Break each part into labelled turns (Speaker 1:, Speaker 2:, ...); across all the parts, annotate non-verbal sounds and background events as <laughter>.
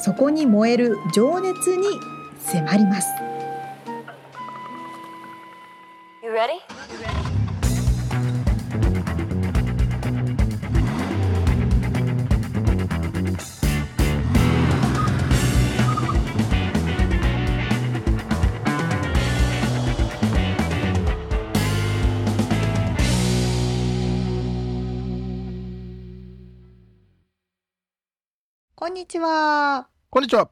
Speaker 1: そこに燃える情熱に迫ります。
Speaker 2: You ready?
Speaker 1: こんにちは。
Speaker 3: こんにちは。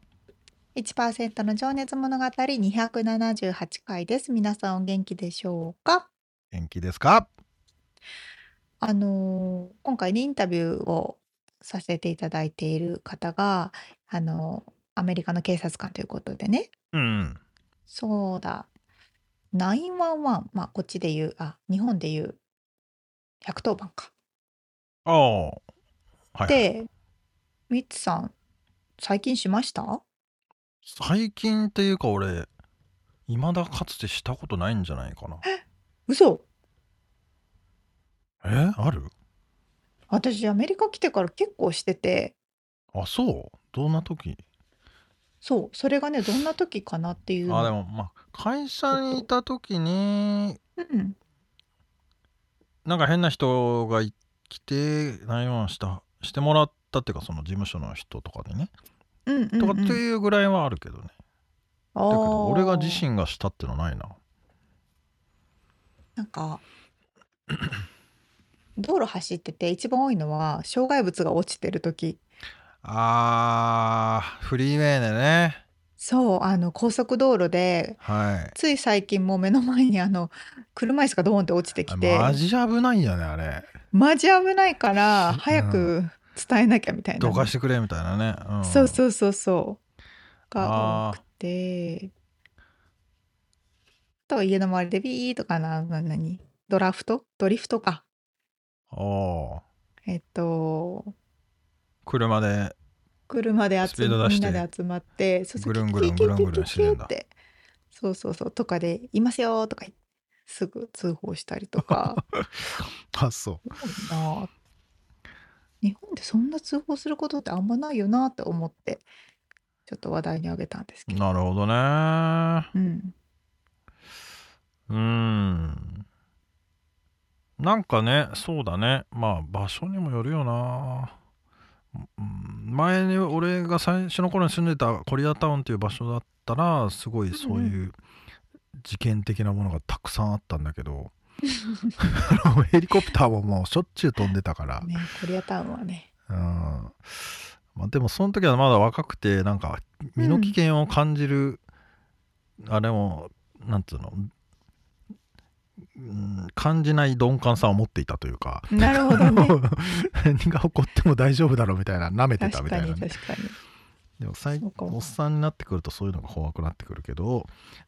Speaker 1: 1%の情熱物語278回です。皆さんお元気でしょうか
Speaker 3: 元気ですか
Speaker 1: あのー今回ね、インタビューをさせていただいている方が、あのーアメリカの警察官ということでね、
Speaker 3: うん。
Speaker 1: そうだ、911、まあこっちで言う、あ、日本で言う、110番か。
Speaker 3: ああ。はい。
Speaker 1: で、ミッツさん、最近しました
Speaker 3: 最近っていうか俺、未だかつてしたことないんじゃないかな。
Speaker 1: 嘘
Speaker 3: えある
Speaker 1: 私、アメリカ来てから結構してて、
Speaker 3: あ、そうどんな時
Speaker 1: そう、それがね、どんな時かなっていうの
Speaker 3: あ、でもまあ、会社にいた時に、
Speaker 1: うん、
Speaker 3: なんか変な人がい来て、内容した、してもらったっていうか、その事務所の人とかでね。
Speaker 1: うんうん、うん。
Speaker 3: とかっていうぐらいはあるけどね。
Speaker 1: あ
Speaker 3: だけ
Speaker 1: ー
Speaker 3: ど、俺が自身がしたってのないな。
Speaker 1: なんか <clears throat> 道路走ってて一番多いのは障害物が落ちてる時
Speaker 3: あー、フリーウェイでね。
Speaker 1: そうあの高速道路で
Speaker 3: はい。
Speaker 1: つい最近もう目の前にあの車椅子がドーンって落ちてきて
Speaker 3: マジ危ないよねあれ
Speaker 1: マジ危ないから
Speaker 3: うん
Speaker 1: 早く伝えなきゃみたいな
Speaker 3: どかしてくれみたいなね、うん
Speaker 1: そうそうそうそうが
Speaker 3: あ
Speaker 1: 多くてあとは家の周りでビーとかなな何ドラフトドリフトか
Speaker 3: おー
Speaker 1: えっと
Speaker 3: 車で
Speaker 1: 車で
Speaker 3: ス
Speaker 1: 集
Speaker 3: ピード
Speaker 1: ま
Speaker 3: 出
Speaker 1: みん
Speaker 3: して
Speaker 1: なで集まってそうそう
Speaker 3: ぐるん
Speaker 1: キュ
Speaker 3: ぐるん
Speaker 1: キュキュ
Speaker 3: ぐるんぐるん
Speaker 1: キュキュ
Speaker 3: してんだ
Speaker 1: ってそうそうそうとかで「いますよ」とかすぐ通報したりとか <laughs>
Speaker 3: あそう
Speaker 1: 多いなあ日本でそんな通報することってあんまないよなって思ってちょっと話題にあげたんですけど、
Speaker 3: なるほどね
Speaker 1: うん、
Speaker 3: うんなんかねそうだねまあ場所にもよるよなうん前に俺が最初の頃に住んでたコリアタウンっていう場所だったらすごいそういう事件的なものがたくさんあったんだけど <laughs> あのヘリコプターももうしょっちゅう飛んでたから
Speaker 1: ねコリアタウンはね
Speaker 3: うんまあ、でもその時はまだ若くてなんか身の危険を感じる、あれもなんつうの、うん、感じない鈍感さを持っていたというか
Speaker 1: なるほどね
Speaker 3: <laughs> 何が起こっても大丈夫だろうみたいな舐めてた
Speaker 1: 確
Speaker 3: み
Speaker 1: か
Speaker 3: たい
Speaker 1: に
Speaker 3: な、ね、
Speaker 1: 確かに
Speaker 3: でも最
Speaker 1: そうかも
Speaker 3: おっさんになってくるとそういうのが怖くなってくるけど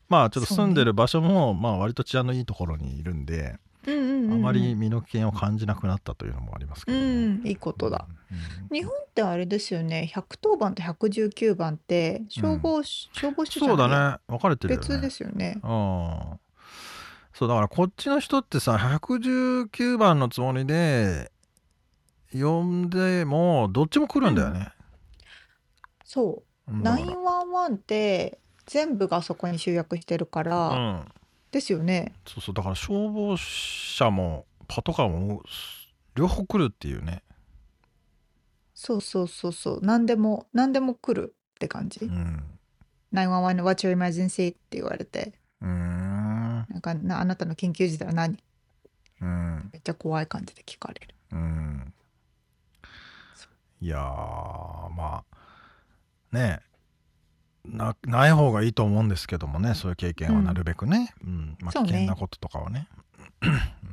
Speaker 3: まあちょっと住んでる場所も、まあ割と治安のいいところにいるんで、
Speaker 1: うんうんうんうん
Speaker 3: あまり身の危険を感じなくなったというのもありますけ
Speaker 1: う
Speaker 3: ど、ね
Speaker 1: んいいことだ、
Speaker 3: うん
Speaker 1: 日本ってあれですよね110番と119番って消防、消防署じゃ
Speaker 3: そ
Speaker 1: な
Speaker 3: う
Speaker 1: い
Speaker 3: だね分かれてるよね
Speaker 1: 別ですよね。
Speaker 3: うんそうだからこっちの人ってさ119番のつもりで呼んでもどっちも来るんだよね、
Speaker 1: そうう、
Speaker 3: んだから
Speaker 1: 911って全部がそこに集約してるから、
Speaker 3: うん
Speaker 1: ですよね。
Speaker 3: そうそうだから消防車もパトカーも両方来るっていうね、
Speaker 1: そうそうそうそう、何でも何でも来るって感じ
Speaker 3: う。ん、
Speaker 1: 911の What's your emergency って言われて、
Speaker 3: うーん
Speaker 1: なんかなあなたの緊急時だよ何
Speaker 3: うん
Speaker 1: めっちゃ怖い感じで聞かれる。
Speaker 3: うんいやーまあねえなない方がいいと思うんですけどもねそういう経験はなるべくね、うんまあ、
Speaker 1: そう
Speaker 3: 危
Speaker 1: ね
Speaker 3: 険なこととかはね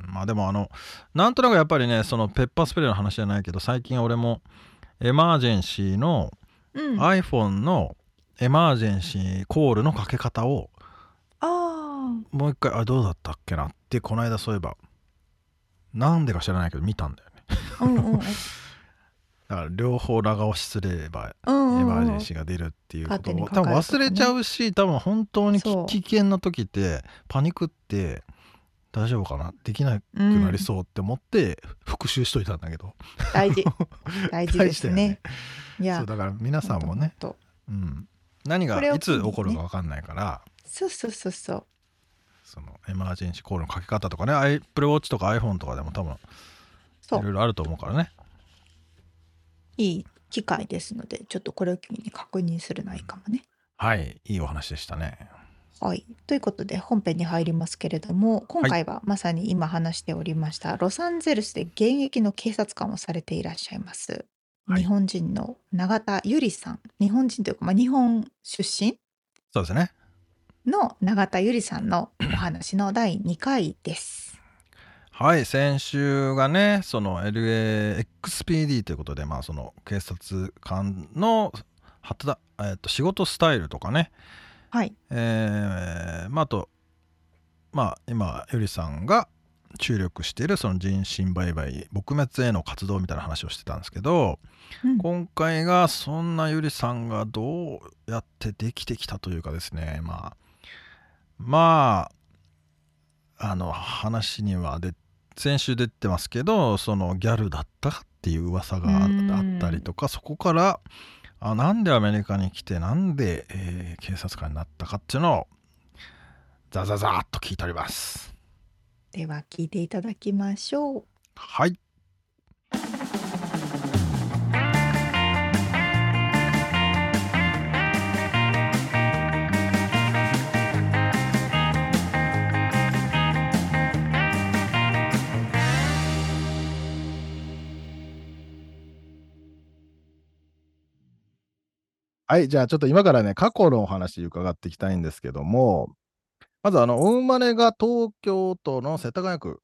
Speaker 3: まあでもあのなんとなくやっぱりねそのペッパースプレーの話じゃないけど最近俺もエマージェンシーの
Speaker 1: うん。
Speaker 3: iPhone のエマージェンシーコールのかけ方を
Speaker 4: あ
Speaker 3: もう一回あどうだったっけなってこの間そういえばなんでか知らないけど見たんだよね
Speaker 4: あうんうん
Speaker 3: だから両方長押しすれば
Speaker 4: う
Speaker 3: エ
Speaker 4: んうん
Speaker 3: マージ
Speaker 4: う
Speaker 3: ェ
Speaker 4: ん
Speaker 3: ンシーが出るっていうこ
Speaker 4: 勝
Speaker 3: と
Speaker 4: 手
Speaker 3: を、
Speaker 4: にかかると
Speaker 3: 多分
Speaker 4: かね
Speaker 3: 忘れちゃうし多分本当にき
Speaker 4: そう
Speaker 3: 危険な時ってパニックって大丈夫かなできなく
Speaker 4: うん
Speaker 3: なりそうって思って復習しといたんだけど、
Speaker 4: 大事大事で
Speaker 3: 大事だ
Speaker 4: す
Speaker 3: よ
Speaker 4: ね
Speaker 3: ね
Speaker 4: いや
Speaker 3: そうだから皆さんもね、
Speaker 4: ほんとほんと
Speaker 3: うん、何
Speaker 4: これ
Speaker 3: が
Speaker 4: を
Speaker 3: い
Speaker 4: 機に
Speaker 3: つ
Speaker 4: ね
Speaker 3: 起こるか分かんないから、
Speaker 4: そうそうそうそう
Speaker 3: そのエマージェンシーコールのかけ方とかね Apple Watch とか iPhone とかでも多分
Speaker 4: そ
Speaker 3: いろ
Speaker 4: う
Speaker 3: いろあると思うからね
Speaker 4: いい機会ですのでちょっとこれを機に確認するのはいいかもね
Speaker 3: はいいいお話でしたね
Speaker 4: はい、ということで本編に入りますけれども今回はまさに今話しておりました、ロサンゼルスで現役の警察官をされていらっしゃいます、
Speaker 3: はい
Speaker 4: 日本人の永田由里さん日本人というか、まあ、日本出身
Speaker 3: そうですね
Speaker 4: の永田由里さんのお話の第2回です。
Speaker 3: はい先週がねその LAXPD ということでまあその警察官の働、えっと仕事スタイルとかね
Speaker 4: はい、
Speaker 3: えーまああとまあ今ゆりさんが注力しているその人身売買撲滅への活動みたいな話をしてたんですけど、
Speaker 4: うん
Speaker 3: 今回がそんなゆりさんがどうやってできてきたというかですねまあまああの話にはで先週出てますけどそのギャルだったっていう噂があ
Speaker 4: うん
Speaker 3: あったりとかそこからあなんでアメリカに来てなんで、えー警察官になったかっていうのをザザザーっと聞いております
Speaker 4: では聞いていただきましょう。
Speaker 3: はい
Speaker 5: はい、じゃあちょっと今からね、過去のお話伺っていきたいんですけども、まずあの、お生まれが東京都の世田谷区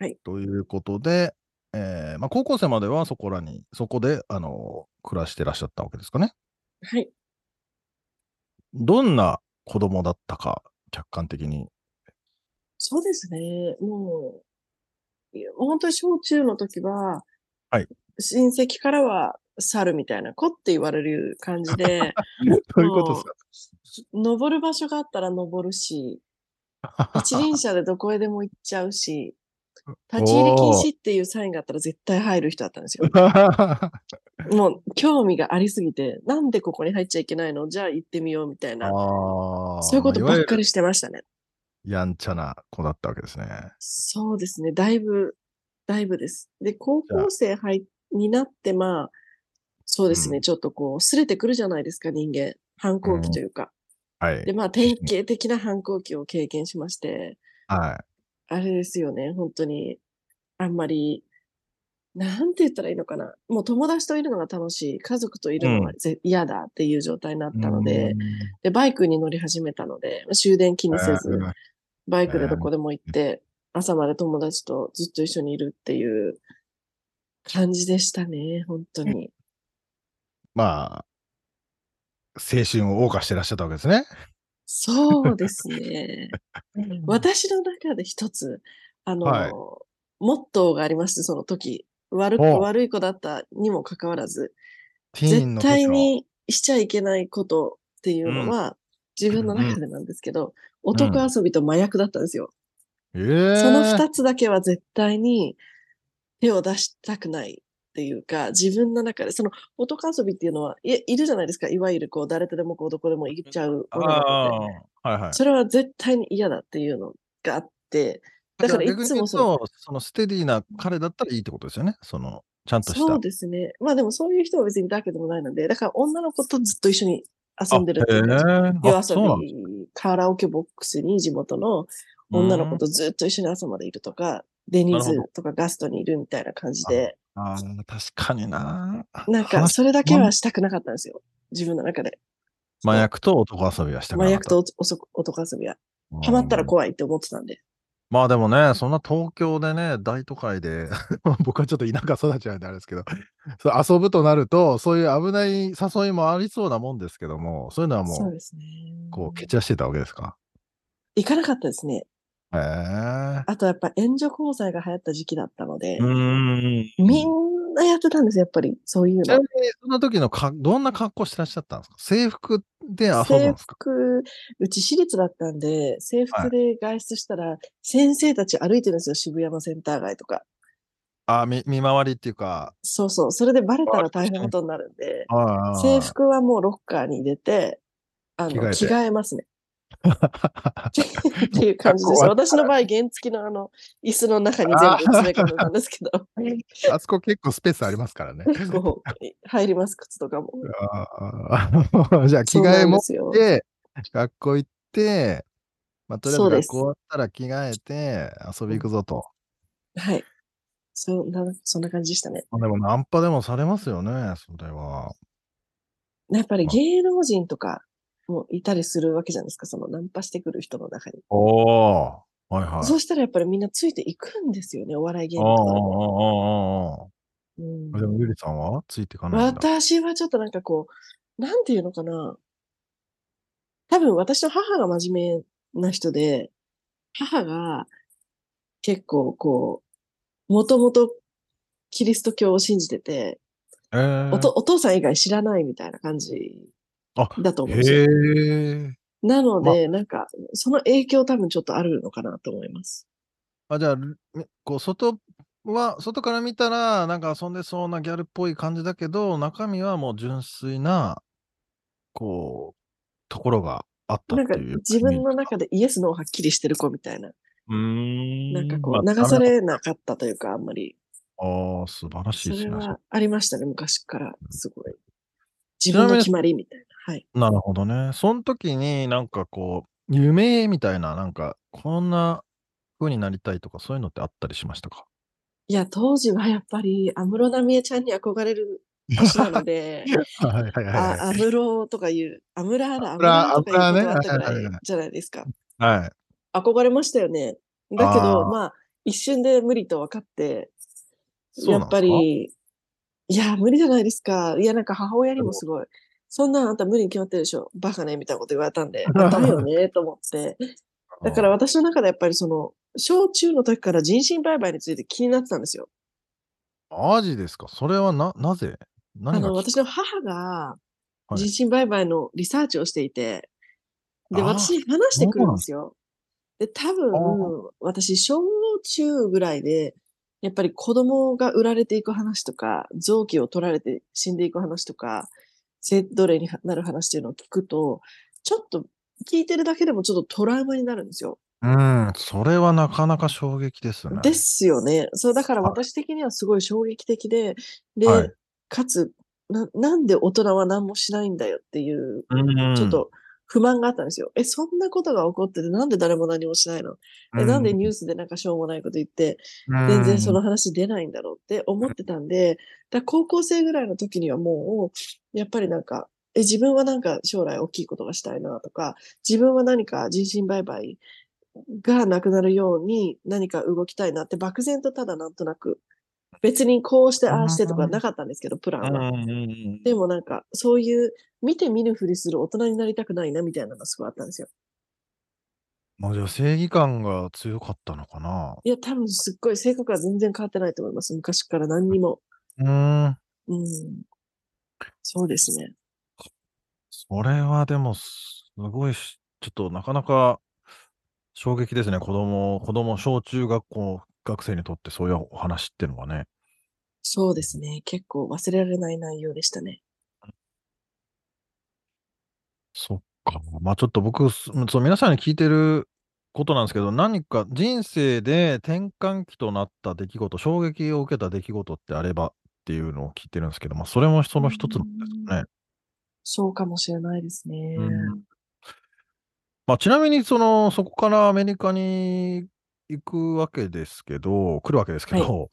Speaker 6: はい
Speaker 5: ということで、えーまあ、高校生まではそこらに、そこで、あの、暮らしてらっしゃったわけですかね。
Speaker 6: はい。
Speaker 5: どんな子供だったか、客観的に。
Speaker 6: そうですね。もう、いや本当に小中の時は、
Speaker 5: はい
Speaker 6: 親戚からは猿みたいな子って言われる感
Speaker 5: <laughs>
Speaker 6: じで、
Speaker 5: どういうことですか
Speaker 6: 登る場所があったら登るし、一輪車でどこへでも行っちゃうし、立ち入り禁止っていうサインがあったら絶対入る人だったんですよ。もう興味がありすぎて、なんでここに入っちゃいけないのじゃあ行ってみようみたいな。
Speaker 5: <laughs> ああ、
Speaker 6: そういうこと
Speaker 5: まあ
Speaker 6: ばっ
Speaker 5: わゆ
Speaker 6: か
Speaker 5: る
Speaker 6: りしてましたね。
Speaker 5: やんちゃな子だったわけですね。
Speaker 6: そうですね。だいぶ、だいぶです。で、高校生入になって、まあ、そうですね、
Speaker 5: うん
Speaker 6: ちょっとこう、すれてくるじゃないですか、人間。反抗期というか。
Speaker 5: はい
Speaker 6: で、。まあ、 <laughs> 典型的な反抗期を経験しまして、
Speaker 5: は
Speaker 6: あれですよね、本当に、あんまり、なんて言ったらいいのかな。もう友達といるのが楽しい、家族といるのがぜ嫌だっていう状態になっ
Speaker 5: い。
Speaker 6: たので、で、バイクに乗り始めたので、終電気
Speaker 5: うん、
Speaker 6: にせず、
Speaker 5: えー
Speaker 6: バイクでどこでも行って、朝まで友達とずっと一緒にいるっていう感じでしたね、本当に。
Speaker 5: まあ、青春を謳歌してらっしゃったわけですね。
Speaker 6: そうです
Speaker 5: <laughs>
Speaker 6: ね。私の中で一つ、あの、
Speaker 5: はい
Speaker 6: モットーがありまして、その時。悪く
Speaker 5: お
Speaker 6: 悪い子だったにもかかわらず、
Speaker 5: ティーン
Speaker 6: 絶
Speaker 5: の時の
Speaker 6: 対にしちゃいけないことっていうのは、自分の中でなんですけど、男遊びと麻薬だったんですよ。
Speaker 5: えー
Speaker 6: その二つだけは絶対に手を出したくないっていうか、自分の中で、その男遊びっていうのはい、いるじゃないですか。いわゆるこう、誰とでもこう、どこでも行っちゃう
Speaker 3: あ
Speaker 6: 女
Speaker 3: あ
Speaker 6: の子で。
Speaker 3: はいはい
Speaker 6: それは絶対に嫌だっていうのがあって、だから
Speaker 5: じゃ
Speaker 6: い
Speaker 5: あ逆に
Speaker 6: つ
Speaker 5: 言
Speaker 6: も
Speaker 5: う
Speaker 6: その
Speaker 5: とそのステディな彼だったらいいってことですよね。そのちゃんとした。
Speaker 6: そうですね。まあでもそういう人は別にだけでもないので、だから女の子とずっと一緒に遊んでるっていう感じ
Speaker 3: あへえ
Speaker 6: 夜
Speaker 3: あそうなんだ
Speaker 6: 遊び、カラオケボックスに地元の女の子とずっと一緒に朝までいるとか、デニー
Speaker 3: なる
Speaker 6: ズとかガストにいるみたいな感じで、
Speaker 5: あー確かにな。
Speaker 6: なんか
Speaker 5: 話
Speaker 6: それだけはしたくなかったんですよ。自分の中で。
Speaker 5: 麻薬と男遊びはしたく
Speaker 6: 麻
Speaker 5: なかっ
Speaker 6: 薬
Speaker 5: た
Speaker 6: とおそ男遊びは。
Speaker 5: うん
Speaker 6: ハマったら怖いって思ってたんで。
Speaker 3: まあでもね、そんな東京でね、大都会で、 <laughs> 僕はちょっと田舎育ちなんであれですけど、そう遊ぶとなると、そういう危ない誘いもありそうなもんですけども、そういうのはも
Speaker 6: そう
Speaker 3: う、
Speaker 6: ですね。
Speaker 3: こう、蹴散らしてたわけですか。
Speaker 6: 行かなかったですね。
Speaker 3: へえ。
Speaker 6: あとやっぱ援助交際が流行った時期だったので
Speaker 7: う、ーん。
Speaker 6: みんなやってたんですよ、やっぱり。そういう
Speaker 3: ちな
Speaker 6: の
Speaker 3: み。に、その時のか、どんな格好してらっしゃったんですか制服で遊ぶん
Speaker 6: 制
Speaker 3: ですか
Speaker 6: 服、うち私立だったんで、制服で外出したら、先生たち歩いてるんですよ、渋谷のセンター街とか。
Speaker 3: あ見、見回りっていうか、
Speaker 6: そうそう。それでバレた
Speaker 3: あ
Speaker 6: ら大変なことになるんで、
Speaker 3: ああ
Speaker 6: 制。服はもうロッカーに入れて、あの、
Speaker 3: 着替えて
Speaker 6: 着替えますね。 <laughs> っていう感じです。
Speaker 3: 学校終わったら
Speaker 6: 私の場合、原付きのあの、椅子の中に全部詰め込んでたんですけ
Speaker 3: <laughs>
Speaker 6: ど、
Speaker 3: あそこ結構スペースありますからね。
Speaker 6: 結構入ります、靴とかも。
Speaker 3: あーじゃあ、 <laughs> 着
Speaker 6: そう
Speaker 3: 替
Speaker 6: な
Speaker 3: え
Speaker 6: ん
Speaker 3: 持
Speaker 6: で
Speaker 3: っ
Speaker 6: すよ。
Speaker 3: て、学校行って、まあ、とりあえず
Speaker 6: そうで
Speaker 3: 学
Speaker 6: す
Speaker 3: 校終わったら着替えて遊び行くぞと。
Speaker 6: はい。そんな、そんな感じでしたね。
Speaker 3: まあでもナンパでもされますよね、それは。
Speaker 6: やっぱり芸能人とかもいたりするわけじゃないですか、そのナンパしてくる人の中に。
Speaker 3: おお。はいはい。
Speaker 6: そうしたらやっぱりみんなついていくんですよね、お笑い芸
Speaker 3: あ
Speaker 6: 人
Speaker 3: あああ
Speaker 6: とかで
Speaker 3: あ
Speaker 6: も。
Speaker 3: ああ
Speaker 6: うん
Speaker 3: あでもゆりさんはついていかないんだ。
Speaker 6: 私はちょっとなんかこう、なんていうのかな。多分私の母が真面目な人で、母が結構こう、もともとキリスト教を信じてて、
Speaker 3: えー
Speaker 6: おとお父さん以外知らないみたいな感じ
Speaker 3: あ
Speaker 6: だと思うんですよ。
Speaker 3: へえ。
Speaker 6: なので、なんか、その影響多分ちょっとあるのかなと思います。
Speaker 3: あ、じゃあ、るこう、外は、外から見たら、なんか遊んでそうなギャルっぽい感じだけど、中身はもう純粋な、こう、ところがあったっ
Speaker 6: なんか
Speaker 3: ていう。
Speaker 6: 自分の中でイエスのはっきりしてる子みたいな。
Speaker 7: うーん。
Speaker 6: なんか
Speaker 3: ま
Speaker 6: こ
Speaker 3: あ
Speaker 6: う、流されなかったというか、あんまり。
Speaker 3: ああ、素晴らしい
Speaker 6: そ
Speaker 3: です
Speaker 6: れ
Speaker 3: ね。
Speaker 6: はありましたね、昔から。すごい。
Speaker 3: ち
Speaker 6: 自
Speaker 3: なみに
Speaker 6: 分の決まりみたいな。はい。
Speaker 3: なるほどね。その時になんかこう、夢みたいな、なんか、こんな風になりたいとか、そういうのってあったりしましたか
Speaker 6: いや、当時はやっぱり、安室奈美恵ちゃんに憧れる
Speaker 3: <laughs>
Speaker 6: 年なので、
Speaker 3: はいはいはい
Speaker 6: あ
Speaker 3: はい。
Speaker 6: 安室とかいう、安室だ、安
Speaker 3: 安室
Speaker 6: 室とかいう言葉あったぐ
Speaker 3: 安室ねはいはい
Speaker 6: ら
Speaker 3: はい
Speaker 6: いじゃないですか。
Speaker 3: はい。
Speaker 6: 憧れましたよね。だけ
Speaker 3: あ
Speaker 6: ど、
Speaker 3: ー
Speaker 6: まあ、一瞬で無理と分かって、
Speaker 3: そう
Speaker 6: や
Speaker 3: なん
Speaker 6: っ
Speaker 3: ですか
Speaker 6: ぱり、いや、無理じゃないですか。いや、なんか母親にもすごい、そんなんあんた無理に決まってるでしょ。バカね、みたいなこと言われたんで、あだよね、と思って。だから私の中でやっぱりその、小中の時から人身売買について気になってたんですよ。
Speaker 3: マジですかそれはな、なぜ
Speaker 6: あ
Speaker 3: 何が
Speaker 6: の、
Speaker 3: きっか
Speaker 6: 私の母が
Speaker 3: はい
Speaker 6: 人身売買のリサーチをしていて、で、
Speaker 3: あー
Speaker 6: 私に話してくるんですよ。で、多分、私、小中ぐらいで、やっぱり子供が売られていく話とか、臓器を取られて死んでいく話とか、性奴隷になる話っていうのを聞くと、ちょっと聞いてるだけでもちょっとトラウマになるんですよ。
Speaker 3: うん、それはなかなか衝撃ですね。
Speaker 6: ですよね。そう、だから
Speaker 3: はい
Speaker 6: 私的にはすごい衝撃的で、で、
Speaker 3: はい
Speaker 6: かつな、なんで大人は何もしないんだよっていう、
Speaker 7: うん
Speaker 6: ちょっと不満があったんですよ。え、そんなことが起こってて、なんで誰も何もしないのえ、なんでニュースでなんかしょうもないこと言って、全然その話出ないんだろうって思ってたんで、だから高校生ぐらいの時にはもう、やっぱりなんか、え、自分はなんか将来大きいことがしたいなとか、自分は何か人身売買がなくなるように何か動きたいなって漠然とただなんとなく、別にこうして、ああしてとかなかったんですけど、プラン
Speaker 7: うん
Speaker 6: は。
Speaker 7: うんうん
Speaker 6: でもなんか、そういう見て見ぬふりする大人になりたくないなみたいなのがすごいあったんですよ。
Speaker 3: まあじゃあ正義感が強かったのかない
Speaker 6: や、多分すっごい性格は全然変わってないと思います。昔から何にも。
Speaker 3: うーん、
Speaker 6: うん。そうですね。
Speaker 3: それはでもすごいし、ちょっとなかなか衝撃ですね。子供、子供、小中学校学生にとってそういうお話っていうのはね。
Speaker 6: そうですね。結構忘れられない内容でしたね。
Speaker 3: そっか。まあちょっと僕、すそう皆さんに聞いてることなんですけど、何か人生で転換期となった出来事、衝撃を受けた出来事ってあればっていうのを聞いてるんですけど、まあそれもその一つなんですかね。
Speaker 6: そうかもしれないですね。
Speaker 3: うんまあ、ちなみにその、そこからアメリカに行くわけですけど、来るわけですけど、
Speaker 6: は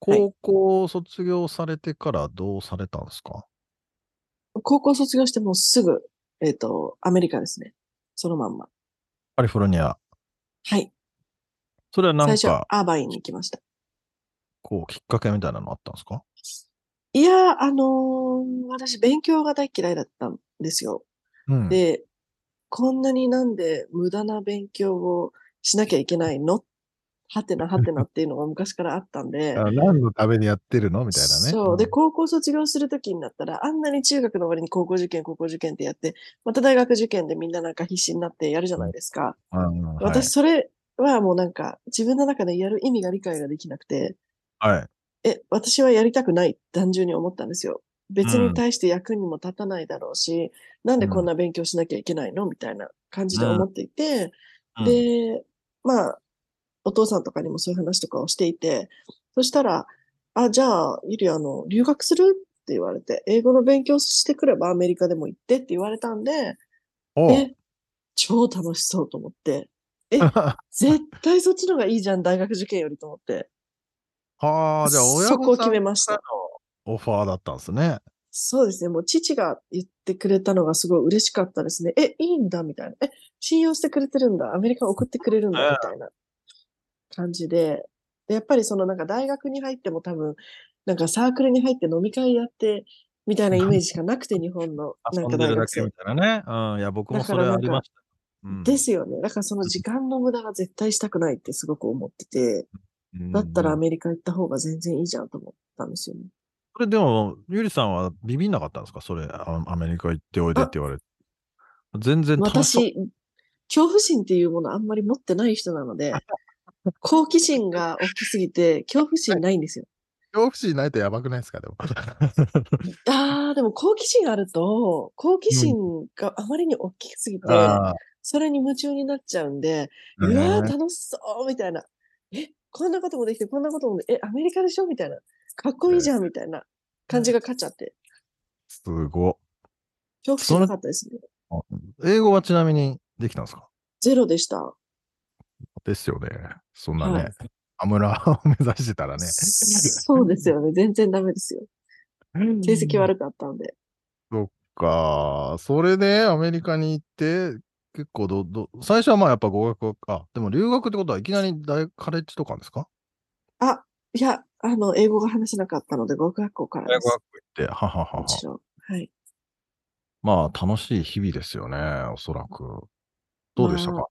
Speaker 3: 高校卒業されてからどうされたんですか
Speaker 6: 高校卒業してもうすぐ、えっ、と、アメリカですね。そのまんま。
Speaker 3: カリフォルニア。
Speaker 6: はい。
Speaker 3: それはな
Speaker 6: 最
Speaker 3: ん
Speaker 6: 初、
Speaker 3: か、
Speaker 6: アーバインに行きました。
Speaker 3: こう、きっかけみたいなのあったんですか
Speaker 6: いやー、あのー私、勉強が大嫌いだったんですよ。
Speaker 3: うん。
Speaker 6: で、こんなになんで無駄な勉強をしなきゃいけないのはてなはてなっていうのが昔からあったんで。
Speaker 3: あ何のためにやってるのみたいなね。
Speaker 6: そう。で、
Speaker 3: ん
Speaker 6: 高校卒業するときになったら、あんなに中学の終わりに高校受験、高校受験ってやって、また大学受験でみんななんか必死になってやるじゃないですか。
Speaker 3: うんはい
Speaker 6: 私、それはもうなんか、自分の中でやる意味が理解ができなくて、
Speaker 3: はい。
Speaker 6: え、私はやりたくない、単純に思ったんですよ。別
Speaker 3: うん
Speaker 6: に対して役にも立たないだろうし、なんでこんな勉強しなきゃいけないのみたいな感じで思っていて、
Speaker 3: うん
Speaker 6: で、まあ、お父さんとかにもそういう話とかをしていて、そしたら、あ、じゃあ、ゆり、あの、留学するって言われて、英語の勉強してくればアメリカでも行ってって言われたんで、
Speaker 3: おう <laughs>
Speaker 6: え、超楽しそうと思って、絶対そっちの方がいいじゃん、大学受験よりと思って。
Speaker 3: はあ、じゃあ親御さん
Speaker 6: そこを決めました
Speaker 3: からのオファーだったんですね。
Speaker 6: そうですね。もう父が言ってくれたのがすごい嬉しかったですね。え、いいんだみたいな。え、信用してくれてるんだ。アメリカ送ってくれるんだみたいな感じで。でやっぱりそのなんか大学に入っても多分、なんかサークルに入って飲み会やってみたいなイメージしかなくて、日本の
Speaker 3: 遊
Speaker 6: なん
Speaker 3: ん
Speaker 6: か
Speaker 3: で
Speaker 6: 大
Speaker 3: るだ
Speaker 6: 学
Speaker 3: け
Speaker 6: 生
Speaker 3: み。たいなね。うん。いや、僕もそれありました。うん
Speaker 6: ですよね。だからその時間の無駄が絶対したくないってすごく思ってて、
Speaker 3: うん
Speaker 6: だったらアメリカ行った方が全然いいじゃんと思ったんですよね。
Speaker 3: それでも、ゆりさんはビビんなかったんですかそれ、あアメリカ行っておいでって言われて。全然楽しそう。
Speaker 6: 私、恐怖心っていうものあんまり持ってない人なので、好奇心が大きすぎて、恐怖心ないんですよ。
Speaker 3: 恐怖心ないとやばくないですかで
Speaker 6: <laughs>
Speaker 3: も。
Speaker 6: あー、でも好奇心あると、好奇心があまりに大きすぎて、
Speaker 3: あ
Speaker 6: それに夢中になっちゃうんで、
Speaker 3: ー
Speaker 6: うわー、
Speaker 3: ね
Speaker 6: 楽しそうみたいな。え、こんなこともできて、こんなこともでえ、アメリカでしょみたいな。かっこいいじゃんみたいな感じが勝っちゃって。
Speaker 3: すご
Speaker 6: 恐怖心なかったですね。
Speaker 3: い。英語はちなみにできたんですか
Speaker 6: ゼロでした。
Speaker 3: ですよね。そんな
Speaker 6: は
Speaker 3: ね
Speaker 6: い、
Speaker 3: アムラを <laughs> 目指してたらね。
Speaker 6: そうですよね。全然ダメですよ。成績悪かったんで。
Speaker 3: そっか。それでアメリカに行って、結構ど、ど、最初はまあやっぱ語学は、あ、でも留学ってことはいきなり大カレッジとかですか
Speaker 6: あ、いや、あの、英語が話せなかったので、語学学校からです。
Speaker 3: 行って、はははは
Speaker 6: も。ちろん。はい。
Speaker 3: まあ楽しい日々ですよね、おそらく。どうでしたか
Speaker 6: まあ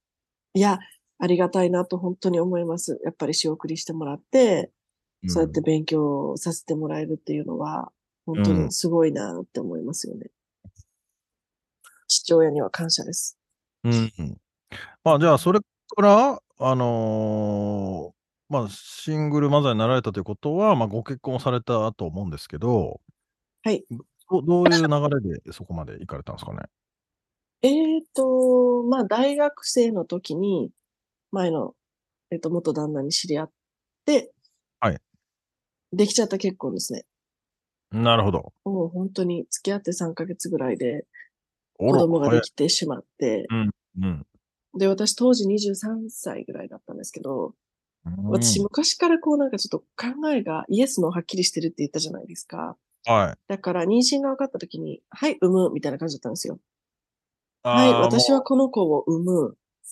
Speaker 6: いや、ありがたいなと本当に思います。やっぱり仕送りしてもらって、そうやって勉強させてもらえるっていうのは、本当にすごいなって思いますよね。父親には感謝です。
Speaker 3: うん。うんまあじゃあそれから、あのーまあシングルマザーになられたということは、まあご結婚されたと思うんですけど、
Speaker 6: はい
Speaker 3: ど。どういう流れでそこまで行かれたんですかね。
Speaker 6: えーと、まあ、大学生の時に、前の、えっ、と、元旦那に知り合って、
Speaker 3: はい。
Speaker 6: できちゃった結婚ですね。
Speaker 3: なるほど。
Speaker 6: もう本当に付き合って3ヶ月ぐらいで
Speaker 3: お
Speaker 6: 子
Speaker 3: ら
Speaker 6: 供がで
Speaker 3: 早い
Speaker 6: きてしまって、
Speaker 3: うん。
Speaker 6: で、私当時23歳ぐらいだったんですけど、私
Speaker 3: うん
Speaker 6: 昔からこうなんかちょっと考えがイエスのはっきりしてるって言ったじゃないですか。
Speaker 3: はい。
Speaker 6: だから妊娠が分かった時に、はい、産むみたいな感じだったんですよ。
Speaker 3: あ
Speaker 6: は
Speaker 3: ー
Speaker 6: い、私は
Speaker 3: も
Speaker 6: この子を産む。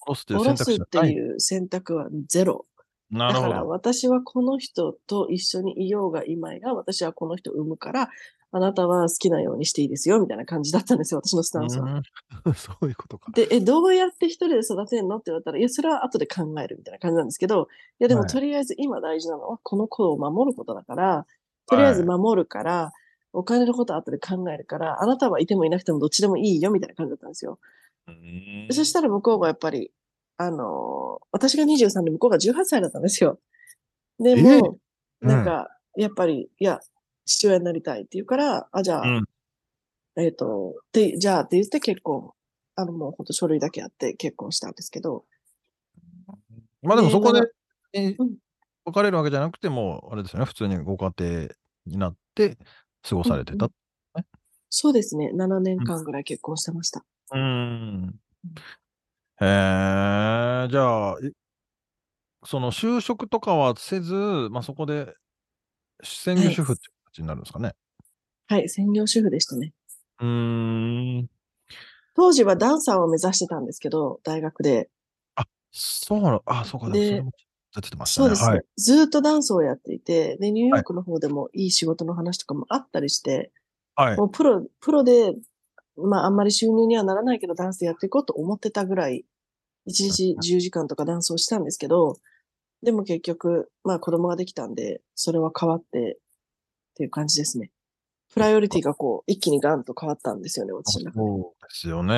Speaker 3: う下ろすっていう選
Speaker 6: 下
Speaker 3: 択肢が
Speaker 6: ろすって
Speaker 3: ない。
Speaker 6: いう選択はゼロ。
Speaker 3: な
Speaker 6: だ
Speaker 3: るほ
Speaker 6: から
Speaker 3: ど。
Speaker 6: 私はこの人と一緒にいようがいまいが、私はこの人を産むから、あなたは好きなようにしていいですよ、みたいな感じだったんですよ、私のスタンスは。
Speaker 3: うん <laughs> そういうことか。
Speaker 6: で、え、どうやって一人で育てんのって言われたら、いや、それは後で考えるみたいな感じなんですけど、いや、でも
Speaker 3: はい
Speaker 6: とりあえず今大事なのは、この子を守ることだから、 <laughs> とりあえず守るから、お金のことは後で考えるから、あなたはいてもいなくてもどっちでもいいよみたいな感じだったんですよ。
Speaker 3: うん
Speaker 6: そしたら向こうがやっぱり、あのー私が23で向こうが18歳だったんですよ。で
Speaker 3: え
Speaker 6: も、
Speaker 3: うん
Speaker 6: なんか、やっぱり、いや、父親になりたいって言うから、あ、じゃあ、
Speaker 3: うん
Speaker 6: えっ、と、で、じゃあって言って結婚、あの、もうほんと書類だけやって結婚したんですけど、
Speaker 3: まあでもそこで
Speaker 6: ね、
Speaker 3: え
Speaker 6: うん
Speaker 3: 別れるわけじゃなくても、あれですよね、普通にご家庭になって過ごされてた。
Speaker 6: そうですね、7年間ぐらい結婚してました。
Speaker 3: うん。へえ、じゃあ、いその就職とかはせず、まあそこで専業主婦って形になるんですかね。
Speaker 6: はい、専業主婦でしたね。
Speaker 3: うーん。
Speaker 6: 当時はダンサーを目指してたんですけど、大学で。
Speaker 3: そうなの、あ、そうか、でもそれ
Speaker 6: で
Speaker 3: も出てました
Speaker 6: そう
Speaker 3: ね。
Speaker 6: です、
Speaker 3: はい。
Speaker 6: ずーっとダンスをやっていて、で、ニューヨークの方でもいい仕事の話とかもあったりして、
Speaker 3: はい
Speaker 6: も。うプロ、プロで、まああんまり収入にはならないけどダンスやっていこうと思ってたぐらい、1日10時間とかダンスをしたんですけど、でも結局、まあ子供ができたんで、それは変わってっていう感じですね。プライオリティがこう、一気にガンと変わったんですよね、私の中で
Speaker 3: そうですよね。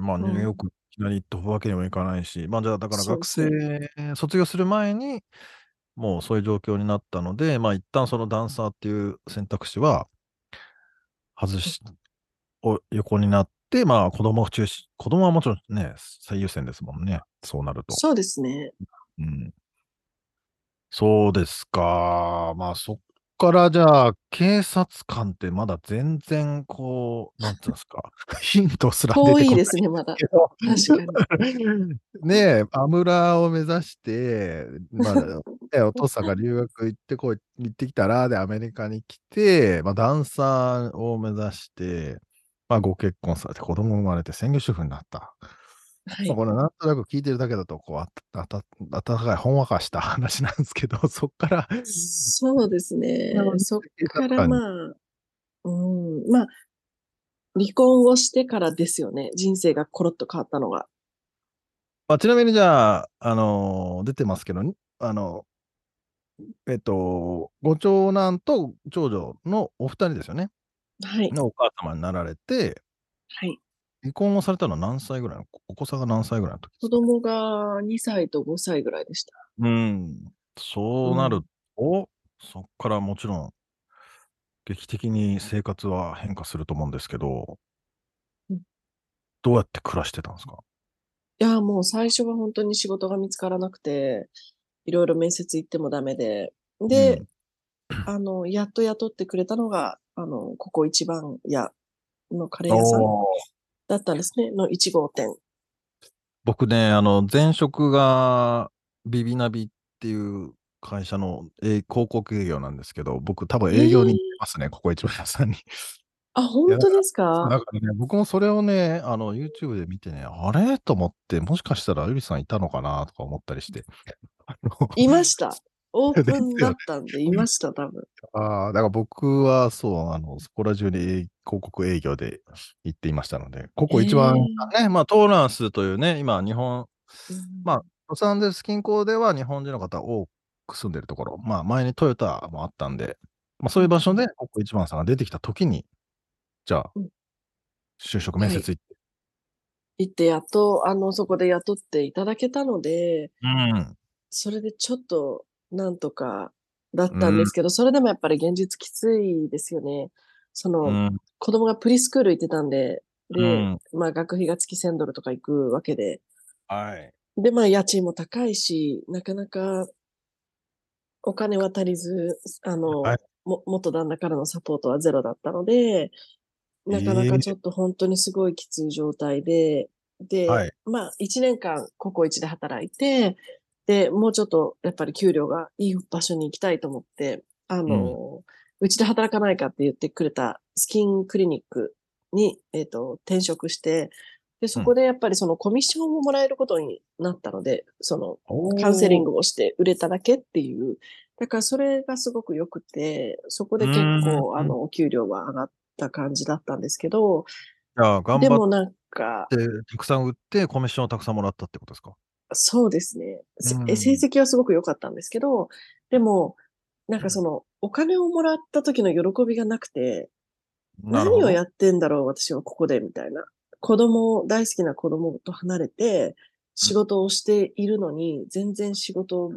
Speaker 3: まあ、
Speaker 6: ん
Speaker 3: ニューヨークいきなりとわけにもいかないし、まあ、じゃあ、だから
Speaker 6: そう
Speaker 3: 学
Speaker 6: そう
Speaker 3: 生、卒業する前に、もうそういう状況になったので、まあ、一旦そのダンサーっていう選択肢は、外し、を横になって、まあ、子供を中心、子供はもちろんね、最優先ですもんね。そうなると。
Speaker 6: そうですね。
Speaker 3: うんそうですか。まあそっからじゃあ、警察官ってまだ全然こう、なんていうんですか、 <laughs> ヒントすら出てこ
Speaker 6: 遠
Speaker 3: ない
Speaker 6: いですね、ま
Speaker 3: <laughs>
Speaker 6: だ。
Speaker 3: けど。
Speaker 6: 確かに。
Speaker 3: ねえ、アムラを目指して、まあ、 <laughs> ね、お父さんが留学行ってこい、行ってきたら、で、アメリカに来て、まあ、ダンサーを目指して、まあ、ご結婚されて、子供生まれて、専業主婦になった。
Speaker 6: はい
Speaker 3: まあ、これなんとなく聞いてるだけだとこうあたあた温かいほんわかした話なんですけど <laughs> そっから
Speaker 6: そうですね
Speaker 3: なの。で
Speaker 6: そっか
Speaker 3: 警察
Speaker 6: ら
Speaker 3: 官に
Speaker 6: まあ、うん、まあ、離婚をしてからですよね。人生がコロッと変わったのが。
Speaker 3: まあ、ちなみにじゃあ、あのー出てますけどにあのえっとご長男と長女のお二人ですよね
Speaker 6: はい。
Speaker 3: のお母様になられて
Speaker 6: はい。
Speaker 3: 離婚をされたのは何歳ぐらいのおお子さんが何歳ぐらいの時です
Speaker 6: 子
Speaker 3: か
Speaker 6: 供が2歳と5歳ぐらいでした。
Speaker 3: うんそうなると、そっからもちろん劇的に生活は変化すると思うんですけど、
Speaker 6: うん
Speaker 3: どうやって暮らしてたんですか
Speaker 6: いや、もう最初は本当に仕事が見つからなくて、いろいろ面接行ってもダメで、で、あの、やっと雇ってくれたのが、あの、ここ一番屋のカレー屋さん
Speaker 3: おー
Speaker 6: だったんですね、の1号店。
Speaker 3: 僕ね、あの、前職がビビナビっていう会社の、えー広告営業なんですけど、僕多分営業に行ってますね、ここ一番屋さんに。
Speaker 6: あ、本当です
Speaker 3: だ
Speaker 6: か
Speaker 3: からね、僕もそれをね、あの、YouTube で見てね、あれと思って、もしかしたらゆりさんいたのかなとか思ったりして。 <laughs> あの
Speaker 6: いました。オープン
Speaker 3: <laughs> ですよ
Speaker 6: だ
Speaker 3: ね
Speaker 6: ったんで、いました、多分。
Speaker 3: ああ、だから僕はそう、あの、そこら中に営広告営業で行っていましたので、ここ一番、ね、まあ、トーランスというね、今、日本、まあ、ロサンゼルス近郊では日本人の方多く住んでるところ、まあ、前にトヨタもあったんで、まあ、そういう場所で、ここ一番さんが出てきたときに、じゃあ
Speaker 6: うん、
Speaker 3: 就職面接行って、
Speaker 6: 行って、やっと、あの、そこで雇っていただけたので、
Speaker 3: うん、
Speaker 6: それでちょっと、なんとかだったんですけど、それでもやっぱり現実きついですよね。その、
Speaker 3: うん、
Speaker 6: 子供がプリスクール行ってたんで、で、
Speaker 3: うん
Speaker 6: まあ学費が月1000ドルとか行くわけで、
Speaker 3: はい。
Speaker 6: で、まあ家賃も高いし、なかなかお金は足りず、あの、
Speaker 3: はい
Speaker 6: も元旦那からのサポートはゼロだったので、なかなかちょっと本当にすごいきつい状態で、で、
Speaker 3: はい
Speaker 6: まあ1年間ココイチで働いて、で、もうちょっとやっぱり給料がいい場所に行きたいと思って、あの、うちで働かないかって言ってくれたスキンクリニックに、えっ、と、転職して、で、そこでやっぱりそのコミッションをもらえることになったので、そのカウンセリングをして売れただけっていう。だからそれがすごく良くて、そこで結
Speaker 3: う
Speaker 6: 構、
Speaker 3: ん
Speaker 6: あの、お給料は上がった感じだったんですけど、
Speaker 3: じゃあ、頑
Speaker 6: で
Speaker 3: 張
Speaker 6: も
Speaker 3: っ
Speaker 6: なんか、
Speaker 3: て、たくさん売って、コミッションをたくさんもらったってことですか
Speaker 6: そうですね。せ
Speaker 3: うん
Speaker 6: え成績はすごく良かったんですけど、でも、なんかその、お金をもらった時の喜びがなくて、何をや
Speaker 3: っ
Speaker 6: ってんだろう、私はここで、みたいな。子供、大好きな子供と離れて、仕事をしているのに、全然仕事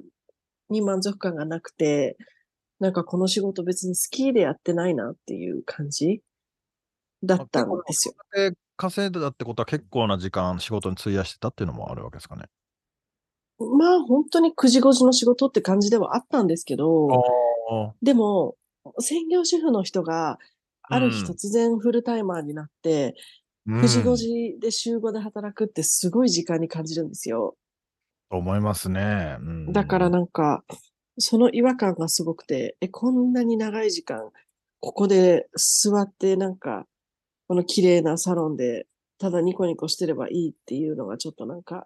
Speaker 6: に満足感がなくて、なんかこの仕事別に好きでやってないなっていう感じだったんですよ。
Speaker 3: で稼いだってことは結構な時間仕事に費やしてたっていうのもあるわけですかね。
Speaker 6: まあ本当に9時5時の仕事って感じではあったんですけど、
Speaker 3: あ
Speaker 6: でも、専業主婦の人が、ある日
Speaker 3: うん
Speaker 6: 突然フルタイマーになって、
Speaker 3: 9
Speaker 6: 9時5時で週5で働くってすごい時間に感じるんですよ。
Speaker 3: と思いますね。うん
Speaker 6: だからなんか、その違和感がすごくて、え、こんなに長い時間、ここで座ってなんか、この綺麗なサロンで、ただニコニコしてればいいっていうのがちょっとなんか、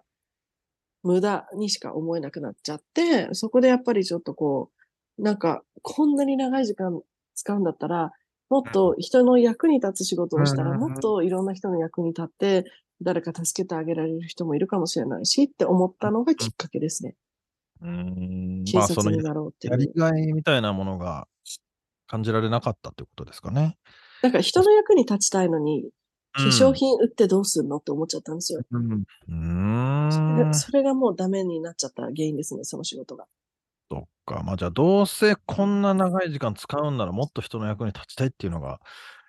Speaker 6: 無駄にしか思えなくなっちゃって、そこでやっぱりちょっとこう、なんか、こんなに長い時間使うんだったら、もっと人の役に立つ仕事をしたら、
Speaker 3: うん
Speaker 6: もっといろんな人の役に立って、誰か助けてあげられる人もいるかもしれないしって思ったのがきっかけですね。
Speaker 3: うん
Speaker 6: 警
Speaker 3: まあ、そ
Speaker 6: 察
Speaker 3: の
Speaker 6: になろうってい
Speaker 3: や
Speaker 6: う。
Speaker 3: りがいみたいなものが感じられなかったってことですかね。
Speaker 6: なんか人の役に立ちたいのに、化粧
Speaker 3: 品
Speaker 6: 品売ってどうすんのって思っちゃったんですよ。
Speaker 3: うん。う
Speaker 6: それ
Speaker 3: ーん
Speaker 6: がそれがもうダメになっちゃった原因ですね、その仕事が。
Speaker 3: そっか。まあじゃあどうせこんな長い時間使うんならもっと人の役に立ちたいっていうのが、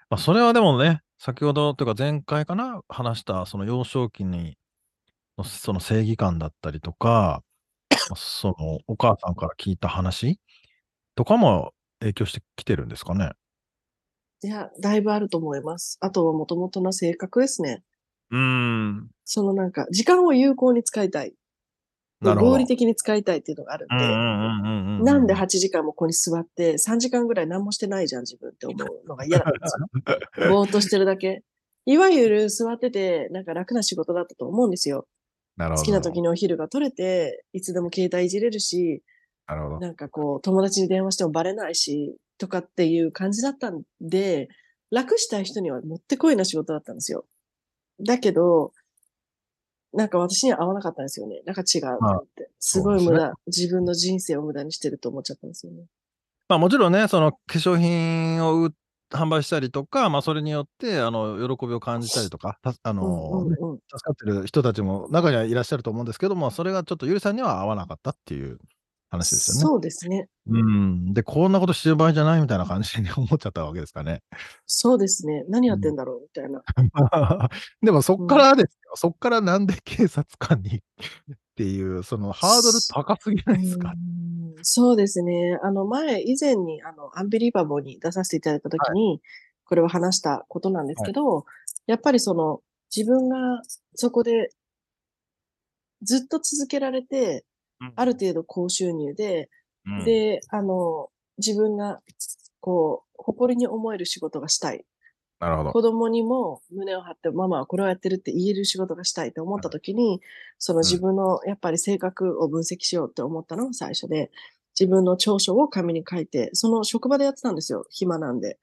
Speaker 3: まあそれはでもね、先ほどというか前回かな、話したその幼少期にのその正義感だったりとか、まあそのお母さんから聞いた話とかも影響してきてるんですかね。
Speaker 6: いや、だいぶあると思います。あとはもともとの性格ですね。
Speaker 3: うん。
Speaker 6: そのなんか、時間を有効に使いたい。
Speaker 3: なるほど。
Speaker 6: 合理的に使いたいっていうのがある
Speaker 3: うんう
Speaker 6: んで、
Speaker 3: んうんうんうん、
Speaker 6: なんで8時間もここに座って、3時間ぐらい何もしてないじゃん、自分って思うのが嫌だったんです
Speaker 3: <laughs>
Speaker 6: よ。ぼーっとしてるだけ。いわゆる座ってて、なんか楽な仕事だったと思うんですよ。
Speaker 3: なるほど
Speaker 6: 好きな時にお昼が取れて、いつでも携帯いじれるし、
Speaker 3: なるほど。
Speaker 6: なんかこう、友達に電話してもバレないし、とかっていう感じだったんで、楽したい人にはもってこいな仕事だったんですよ。だけど、なんか私には合わなかったんですよね。なんか違うと思って。すごい
Speaker 3: そう
Speaker 6: 無
Speaker 3: で
Speaker 6: 駄、
Speaker 3: すね
Speaker 6: 自分の人生を無駄にしてると思っちゃったんですよね。
Speaker 3: まあもちろんね、その化粧品を売っ販売したりとか、まあそれによって、あの、喜びを感じたりとか、たあの、
Speaker 6: うんうんうん。
Speaker 3: 助かってる人たちも中にはいらっしゃると思うんですけども、それがちょっとゆりさんには合わなかったっていう話ですよね。
Speaker 6: そうですね。
Speaker 3: うん。で、こんなことしてる場合じゃないみたいな感じに思っちゃったわけですか
Speaker 6: <laughs>
Speaker 3: ね。
Speaker 6: そうですね。何やってんだろうみたいな。
Speaker 3: でもそっからですよ。そっからなんで警察官にっていう、そのハードル高すぎないですか。
Speaker 6: うーんそうですね。あの前、以前にあのアンビリバボーに出させていただいたときに、これを話したことなんですけど、やっぱりその自分がそこでずっと続けられて、ある程度高収入で、
Speaker 3: うん、
Speaker 6: で、あの、自分がこう、誇りに思える仕事がしたい。
Speaker 3: なるほど。
Speaker 6: 子供にも胸を張って、ママはこれをやってるって言える仕事がしたいと思った時に、その自分のやっぱり性格を分析しようって思ったのが最初で、自分の長所を紙に書いて、その職場でやってたんですよ。暇なんで。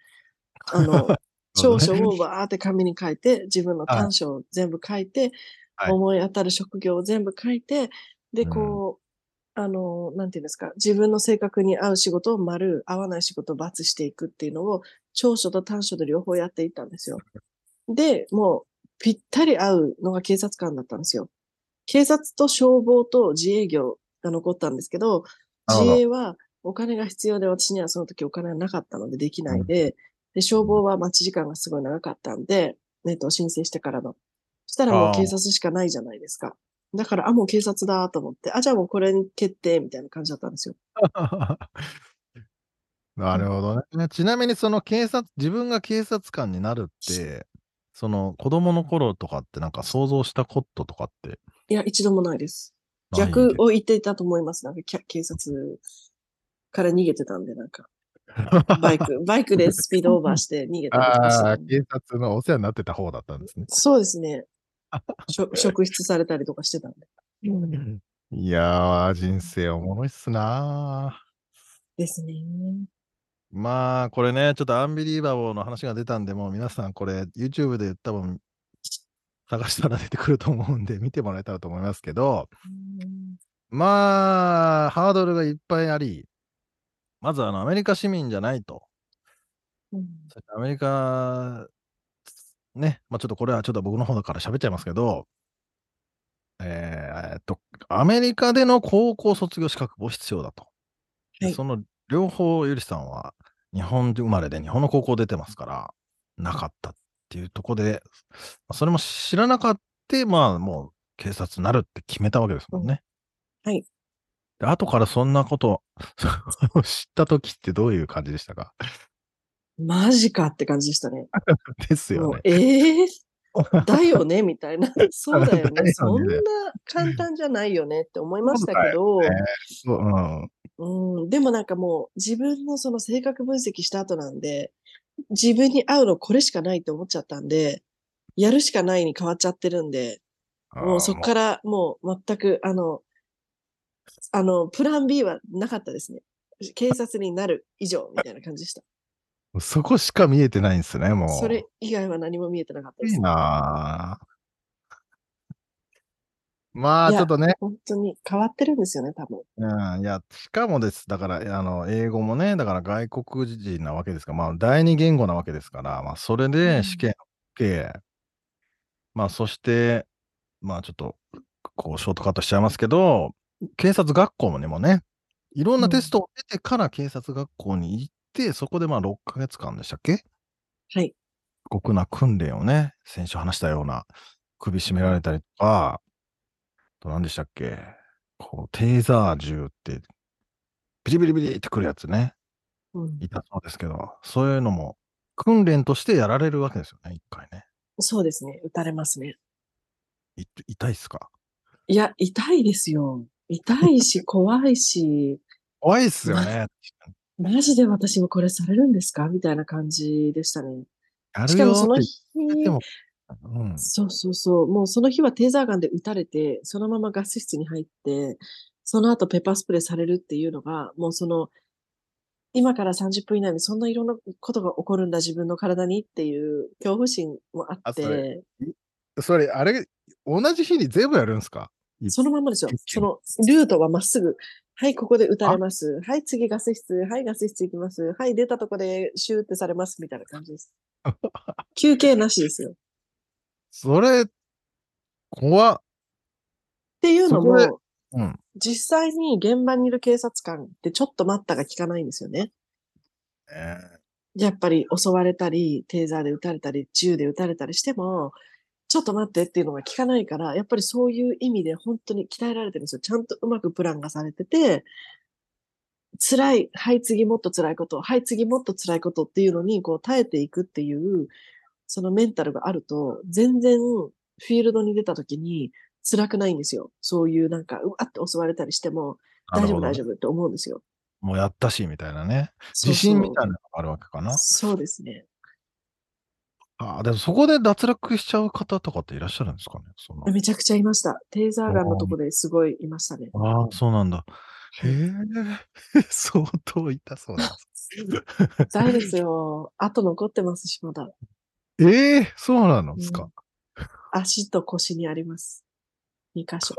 Speaker 6: あの、長所をわーって紙に書いて、自分の短所を全部書いて、
Speaker 3: はい
Speaker 6: 思い当たる職業を全部書いて、で、
Speaker 3: うん
Speaker 6: こう、あの、なんていうんですか、自分の性格に合う仕事を丸、合わない仕事を×していくっていうのを、長所と短所で両方やっていったんですよ。で、もう、ぴったり合うのが警察官だったんですよ。警察と消防と自営業が残ったんですけど、
Speaker 3: なるほど
Speaker 6: 自営はお金が必要で、私にはその時お金がなかったのでできないで、で、消防は待ち時間がすごい長かったんで、えっと、申請してからの。そしたらも
Speaker 3: あ
Speaker 6: う
Speaker 3: ー
Speaker 6: 警察しかないじゃないですか。だから、あ、もう警察だと思って、あ、じゃあもうこれに決定みたいな感じだったんですよ。
Speaker 3: <laughs> なるほどね。ちなみにその警察、自分が警察官になるって、その子供の頃とかってなんか想像したこととかって
Speaker 6: いや、一度もないです。
Speaker 3: ないです <laughs>
Speaker 6: 逆を言っていたと思います。なんか、きゃ警察から逃げてたんで、なんか、バ
Speaker 3: <laughs>
Speaker 6: イク、バイクでスピードオーバーして逃げたりとかして
Speaker 3: あ
Speaker 6: た
Speaker 3: あ、
Speaker 6: んで。
Speaker 3: 警察のお世話になってた方だったんですね。
Speaker 6: そうで
Speaker 3: <laughs>
Speaker 6: すね。しょ職質されたりとかしてたんで。
Speaker 3: いやー、人生おもろいっすなー
Speaker 6: ですね。
Speaker 3: まあ、これね、ちょっとアンビリーバボーの話が出たんで、もう皆さんこれ YouTube で多分探したら出てくると思うんで、見てもらえたらと思いますけど、まあ、ハードルがいっぱいあり、まずあの、アメリカ市民じゃないと。
Speaker 6: うん
Speaker 3: そしてアメリカ、ね、まあちょっとこれはちょっと僕の方から喋っちゃいますけど、えーえっと、アメリカでの高校卒業資格も必要だと。で
Speaker 6: はい
Speaker 3: その両方、ゆりさんは日本生まれで日本の高校出てますから、なかったっていうところで、まあそれも知らなかった、まあもう警察になるって決めたわけですもんね。
Speaker 6: うんはい。
Speaker 3: で後からそんなこと <laughs> を知った時ってどういう感じでしたか <laughs>
Speaker 6: マジかって感じでしたね。
Speaker 3: ですよ
Speaker 6: も
Speaker 3: ね
Speaker 6: う。ええだよねみた
Speaker 3: <laughs>
Speaker 6: いな。そうだよ
Speaker 3: だよ
Speaker 6: ね。
Speaker 3: ね
Speaker 6: そんな簡単じゃないよねって思いましたけど、
Speaker 3: そううん、
Speaker 6: うん、でもなんかもう自分のその性格分析した後なんで、自分に合うのこれしかないって思っちゃったんで、やるしかないに変わっちゃってるんで、もうそこからもう全く、あの、あの、プラン B はなかったですね。警察になる以上みたいな感じでした。
Speaker 3: ら。そこしか見えてないんですね、もう。
Speaker 6: それ以外は何も見えてなかったで
Speaker 3: い
Speaker 6: す
Speaker 3: い。なぁまあ、
Speaker 6: いや
Speaker 3: ちょっとね、
Speaker 6: 本当に変わってるんですよね、多分。
Speaker 3: うん、いや、しかもです。だから、あの、英語もね、だから外国人なわけですから、まあ、第二言語なわけですから、まあ、それ
Speaker 1: うん
Speaker 3: で試験を受け、まあ、そして、まあ、ちょっと、こう、ショートカットしちゃいますけど、警察学校もね、もうね、いろんなテストを経てから警察学校に行って、そこでまあ、6ヶ月間でしたっけ
Speaker 6: はい。
Speaker 3: 酷な訓練をね、先週話したような、首絞められたりとか、あと何でしたっけ、こう、テーザー銃って、ビリビリビリってくるやつね、
Speaker 6: うん、
Speaker 3: いたそうですけど、そういうのも訓練としてやられるわけですよね、一回ね。
Speaker 6: そうですね。撃たれますね。
Speaker 3: い痛いっすか
Speaker 6: いや、痛いですよ。痛
Speaker 3: <laughs>
Speaker 6: いし、怖いし、
Speaker 3: 怖いっすよね。
Speaker 6: マジで私もこれされるんですかみたいな感じでしたね。
Speaker 3: や
Speaker 6: し
Speaker 3: る
Speaker 6: か
Speaker 3: よ
Speaker 6: もその
Speaker 3: って
Speaker 6: 日、
Speaker 3: 言っても、うん、
Speaker 6: そうそうそう。もうその日はテーザーガンで撃たれて、そのままガス室に入って、その後ペッパースプレーされるっていうのが、もうその、今から30分以内にそんないろんなことが起こるんだ自分の体にっていう恐怖心もあ
Speaker 3: あ
Speaker 6: って、
Speaker 3: それそれ、あれ、同じ日に全部やるんすかい
Speaker 6: そのまんまですよ
Speaker 3: 一。気
Speaker 6: そ
Speaker 3: に
Speaker 6: のルートはまっすぐ。はい、ここで撃たれます。はい、次ガス室。はい、ガス室行きます。はい、出たとこでシューってされます。みたいな感
Speaker 3: <laughs>
Speaker 6: じです。休憩なしですよ。っ
Speaker 3: それ、怖っ。
Speaker 6: ていうの
Speaker 3: そこで
Speaker 6: も、
Speaker 3: うん。
Speaker 6: 実際に現場にいる警察官ってちょっと待ったが効かないんですよね。
Speaker 3: え
Speaker 6: やっぱり襲われたり、テーザーで撃たれたり、銃で撃たれたりしても、ちょっと待ってっていうのが効かないから、やっぱりそういう意味で本当に鍛えられてるんですよ。ちゃんとうまくプランがされてて、辛い、はい次もっと辛いこと、はい次もっと辛いことっていうのにこう耐えていくっていう、そのメンタルがあると、全然フィールドに出た時に辛くないんですよ。そういうなんか、うわって襲われたりしても、
Speaker 3: な
Speaker 6: 大
Speaker 3: る
Speaker 6: 丈
Speaker 3: ほ
Speaker 6: 夫
Speaker 3: ど
Speaker 6: 大丈夫って思うんですよ。
Speaker 3: もうやったし、みたいなね。
Speaker 6: そう
Speaker 3: 自信
Speaker 6: そう
Speaker 3: みたいなのがあるわけかな。
Speaker 6: そうですね。
Speaker 3: ああ、でもそこで脱落しちゃう方とかっていらっしゃるんですかね。その
Speaker 6: めちゃくちゃいました。テーザーガンのとこですごいいましたね。
Speaker 3: ああ、そうなんだ。へえ、 <laughs> 相当痛そうだ。
Speaker 6: 大ですよ。あと残ってますし、まだ。
Speaker 3: ええそうなんですか。
Speaker 6: 足と腰にあります。2箇所。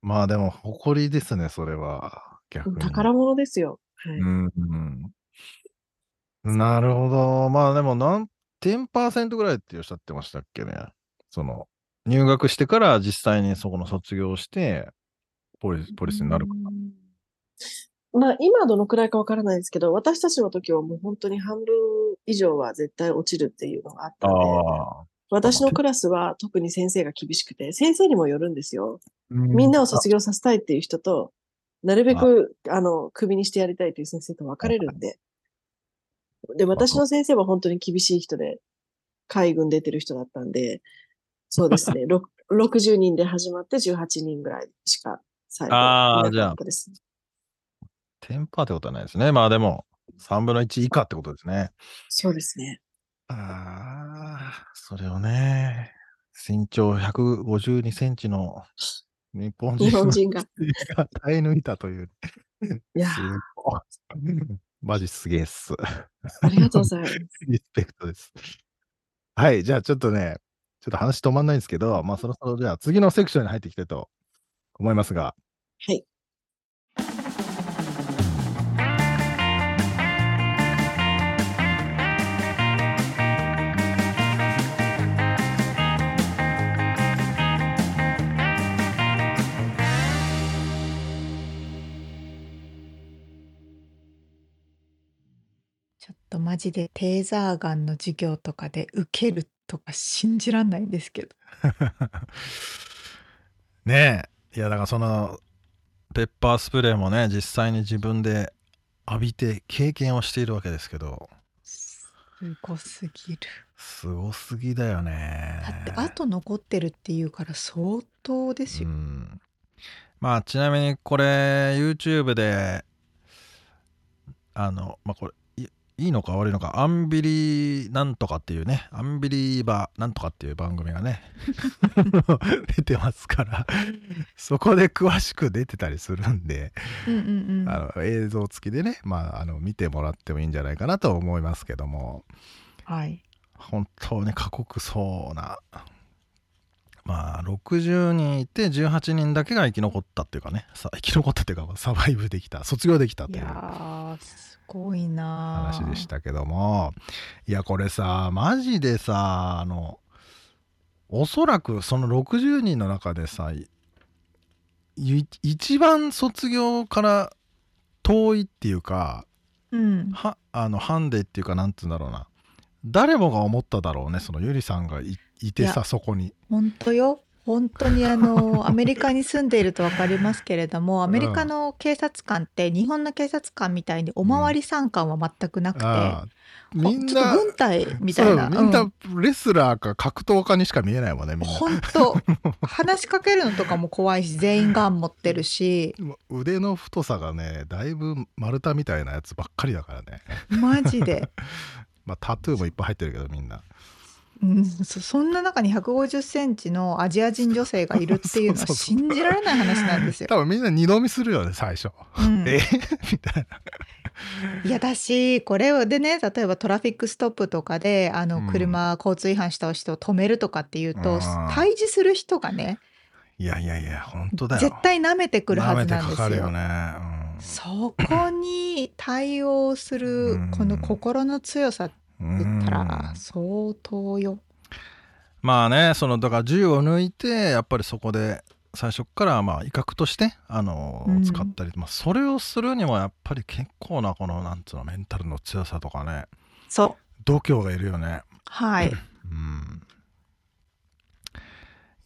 Speaker 3: まあでも、誇りですね、それは。逆に。
Speaker 6: 宝物ですよ。はい。
Speaker 3: うん、うん。なるほど。まあでも何、10%ぐらいっておっしゃってましたっけね。その、入学してから実際にそこの卒業して、ポリス、ポリスになるか。
Speaker 6: うんまあ、今どのくらいかわからないですけど、私たちの時はもう本当に半分以上は絶対落ちるっていうのがあったので、
Speaker 3: ああ。
Speaker 6: 私のクラスは特に先生が厳しくて、先生にもよるんですよ。み
Speaker 3: み
Speaker 6: んなを卒業させたいっていう人と、なるべく、あの、クビにしてやりたいという先生と分かれるんで。で、私の先生は本当に厳しい人で、海軍出てる人だったんで、そうです
Speaker 3: <laughs>
Speaker 6: ね、ろく60人で始まって18人ぐらいしか最後
Speaker 3: あー
Speaker 6: いなかったです。
Speaker 3: テンパーってことはないですね。まあでも、3分の1以下ってことですね。
Speaker 6: そうですね。
Speaker 3: ああ、それをね、身長152センチの日本人
Speaker 6: 日本
Speaker 3: の
Speaker 6: 人が。
Speaker 3: が耐え抜いたという。
Speaker 6: いやー、
Speaker 3: すごいマジすげえっす。
Speaker 6: ありがとうございます。
Speaker 3: <laughs> リスペクトです。はい、じゃあちょっとね、ちょっと話止まんないんですけど、まあそろそろじゃあ次のセクションに入っていきたいと思いますが。 <laughs>
Speaker 6: はい。
Speaker 1: ちょっとマジでテーザーガンの授業とかで受けるとか信じらんないんですけど。
Speaker 8: ねえいやだからそのペッパースプレーもね実際に自分で浴びて経験をしているわけですけど
Speaker 1: すごすぎる。
Speaker 8: すごすぎだよね
Speaker 1: だってあと残ってるっていうから相当です
Speaker 8: う
Speaker 1: よ。
Speaker 8: んまあちなみにこれ YouTube であのまあこれい
Speaker 3: いいのか悪いのか、アンビリなんとかっていうね、アンビリーバーなんとかっていう番組
Speaker 1: <laughs>
Speaker 3: がね、出てますから、そこで詳しく出てたりするんで、
Speaker 1: うんうんうん。
Speaker 3: あの映像付きでね、まあ、あの見てもらってもいいんじゃないかなと思いますけども、
Speaker 1: はい。
Speaker 3: 本当に過酷そうな、まあ、60人いて18人だけが生き残ったっていうかね、さ生き残ったっていうか、サバイブできた、卒業できた
Speaker 1: い
Speaker 3: という。
Speaker 1: やー、すごいなー
Speaker 3: 話でし。たけどもいやこれさマジでさあのおそらくその60人の中でさいい一番卒業から遠いっていうか
Speaker 1: うん。
Speaker 3: はあのハンデっていうかなんて言うんだろうな誰もが思っただろうねそのゆりさんがいいて
Speaker 1: いや
Speaker 3: さそこに。
Speaker 1: 本当よ。本当にあ
Speaker 3: <laughs>
Speaker 1: のアメリカに住んでいると分かりますけれどもアメリカの警察官って日本の警察官みたいにおまわりさん感は全くなくて、
Speaker 3: ああみん
Speaker 1: ちょっ
Speaker 3: な
Speaker 1: と軍隊みたいな。
Speaker 3: そうみん
Speaker 1: う
Speaker 3: なんレスラーか格闘家にしか見えないもんねみんな。
Speaker 1: 本当話しかけるのとかも怖いし全員ガン持ってるし
Speaker 3: でも腕の太さがねだいぶ丸太みたいなやつばっかりだからね、
Speaker 1: マジで、
Speaker 3: まあ、タトゥーもいっぱい入ってるけどみんな
Speaker 1: うん、そそんな中に1 5 0センチのアジア人女性がいるっていうのは
Speaker 3: そうそうそう
Speaker 1: 信じられない話なんですよ。
Speaker 3: 多分みんな二度見するよね最初、
Speaker 1: うん
Speaker 3: <laughs> えみたいない
Speaker 1: やだしこれでね例えばトラフィックストップとかであ
Speaker 3: うん
Speaker 1: の車、交通違反した人を止めるとかっていう
Speaker 3: うん
Speaker 1: と対峙する人がね
Speaker 3: いやいやいや本当だよ
Speaker 1: 絶対舐めてくるはず
Speaker 3: 舐め
Speaker 1: な
Speaker 3: て
Speaker 1: んで
Speaker 3: か
Speaker 1: すよ
Speaker 3: か。るよね、
Speaker 1: そこに対応する
Speaker 3: うん
Speaker 1: この心の強さって
Speaker 3: うん
Speaker 1: 言った
Speaker 3: うん
Speaker 1: ら相当よ。
Speaker 3: まあねそのだから銃を抜いてやっぱりそこで最初っからまあ威嚇としてあの
Speaker 1: うん
Speaker 3: 使ったり、まあ、それをするにはやっぱり結構なこのなんつうのメンタルの強さとかね
Speaker 1: そう
Speaker 3: 度胸がいるよね
Speaker 1: はい。
Speaker 3: うん